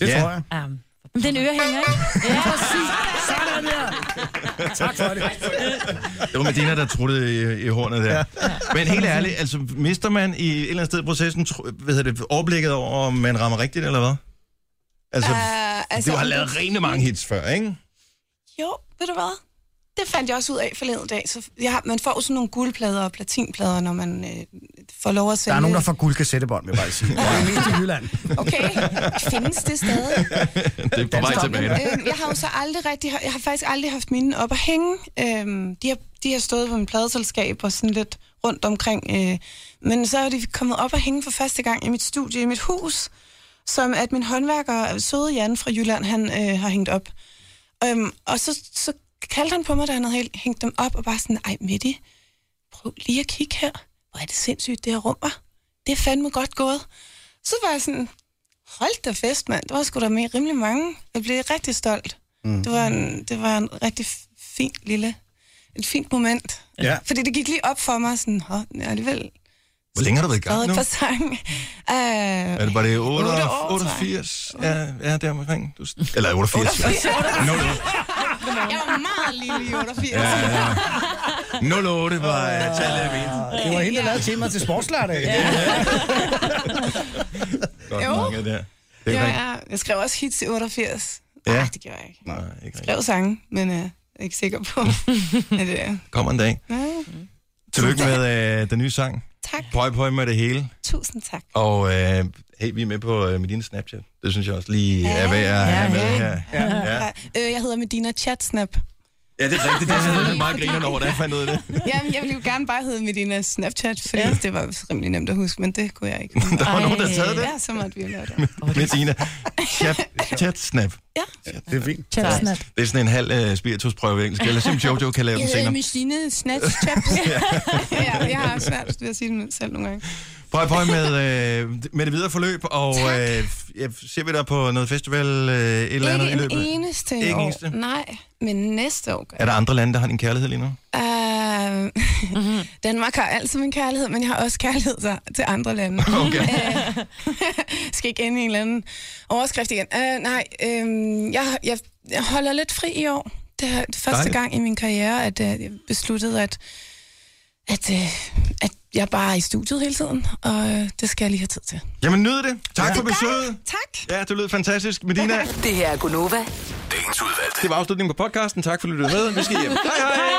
S1: Det ja.
S4: tror jeg.
S2: Um, den ørehænger, ikke? Ja, præcis.
S4: Sådan der. Tak for det.
S1: Det var Medina, der truttede i, i hornet der. Ja. Men helt ærligt, altså mister man i et eller andet sted i processen tro, hvad hedder det, overblikket over, om man rammer rigtigt, eller hvad? Altså, uh, altså
S10: altså,
S1: du har
S10: om
S1: lavet
S10: du-
S1: rene mange hits før, ikke?
S10: Jo, ved du hvad? Det fandt jeg også ud af forleden dag. Så jeg har, man får jo sådan nogle guldplader og platinplader, når man øh, får lov at
S4: Der
S10: sælge.
S4: er nogen, der får guldkassettebånd, vil jeg bare sige. Det er mest i Jylland.
S10: Okay, findes det stadig?
S1: Det er på vej tilbage. Der.
S10: Øhm, jeg har jo så aldrig rigtig, jeg har faktisk aldrig haft mine op at hænge. Øhm, de, har, de har stået på en pladeselskab og sådan lidt rundt omkring. Øh, men så er de kommet op at hænge for første gang i mit studie, i mit hus, som at min håndværker, søde Jan fra Jylland, han øh, har hængt op. Øhm, og så, så kaldte han på mig, da han havde hæl- hængt dem op, og bare sådan, ej Mette, prøv lige at kigge her. Hvor er det sindssygt, det her rum var. Det er fandme godt gået. Så var jeg sådan, Hold da fest, mand. Der var sgu da med rimelig mange. Jeg blev rigtig stolt. Mm. Det, var en, det var en rigtig f- fin lille... Et fint moment.
S4: Ja.
S10: Fordi det gik lige op for mig, sådan, hå, jeg har alligevel
S1: Hvor længe har du været i gang
S10: skrevet
S1: nu?
S10: et par sange. Uh,
S1: Er det, var det 8,
S10: Otte år,
S1: 88? Ja, ja, der omkring. Du, eller 88. 88.
S10: jeg var meget lille i 88.
S1: Ja, ja, ja. 08 var øh, tallet af vin.
S4: Det var hende, der lavede temaet til sportslørdag.
S1: Godt
S10: Jo.
S1: mange der. Det
S10: Jeg,
S1: er rigtigt.
S10: er, jeg skrev også hits i 88.
S1: Ja.
S10: Nej, det gjorde jeg ikke.
S1: Nej, ikke
S10: Jeg skrev sange, men øh, jeg er ikke sikker på, at øh, det er.
S1: rigtigt. Kommer en dag.
S10: Ja.
S1: Tillykke med øh, den nye sang.
S10: Tak.
S1: Pøj, pøj med det hele.
S10: Tusind tak.
S1: Og øh, hey, vi er med på øh, med din Snapchat. Det synes jeg også lige er værd at have med her. Ja,
S10: Ja. Øh, jeg hedder Medina Chatsnap.
S1: ja det er rigtigt. Det er sådan, meget griner over, da jeg fandt ud af det.
S10: Jamen, jeg ville jo gerne bare hedde Medina Snapchat, fordi ja. det var rimelig nemt at huske, men det kunne jeg ikke.
S1: Der var nogen, der havde taget det.
S10: Ja, så måtte vi jo lave det.
S1: Med Tina. Chat, chat snap.
S4: Det er fint.
S3: Chatsnap.
S1: Det er sådan en halv øh, spiritusprøve, jeg skal. Lad os se, om Jojo kan lave den
S10: Jeg hedder
S1: senere.
S10: Medina Snapchat. ja, jeg har svært ved at sige det selv nogle gange.
S1: Prøv, prøv med, øh, med det videre forløb, og øh, jeg ser vi dig på noget festival øh, et eller andet i
S10: Ikke en
S1: løbet.
S10: eneste
S1: Ikke en
S10: år.
S1: eneste?
S10: Nej, men næste år gør
S1: Er der andre lande, der har din kærlighed lige nu?
S10: Uh, Danmark har altid min kærlighed, men jeg har også kærlighed til, til andre lande.
S1: Okay.
S10: Øh, skal ikke ende i en eller anden overskrift igen. Uh, nej, øhm, jeg, jeg, jeg holder lidt fri i år. Det er det første
S1: Dejligt.
S10: gang i min karriere, at øh, jeg besluttede, at, at, øh, at jeg bare er i studiet hele tiden, og øh, det skal jeg lige have tid til.
S1: Jamen nyd det. Tak for besøget.
S10: Tak!
S1: Ja, det lød fantastisk. Medina,
S7: Det her er Gunova.
S8: Dagens udvalgte.
S1: det var afslutningen på podcasten. Tak for at du lyttede med. Vi skal hjem. Hej hej.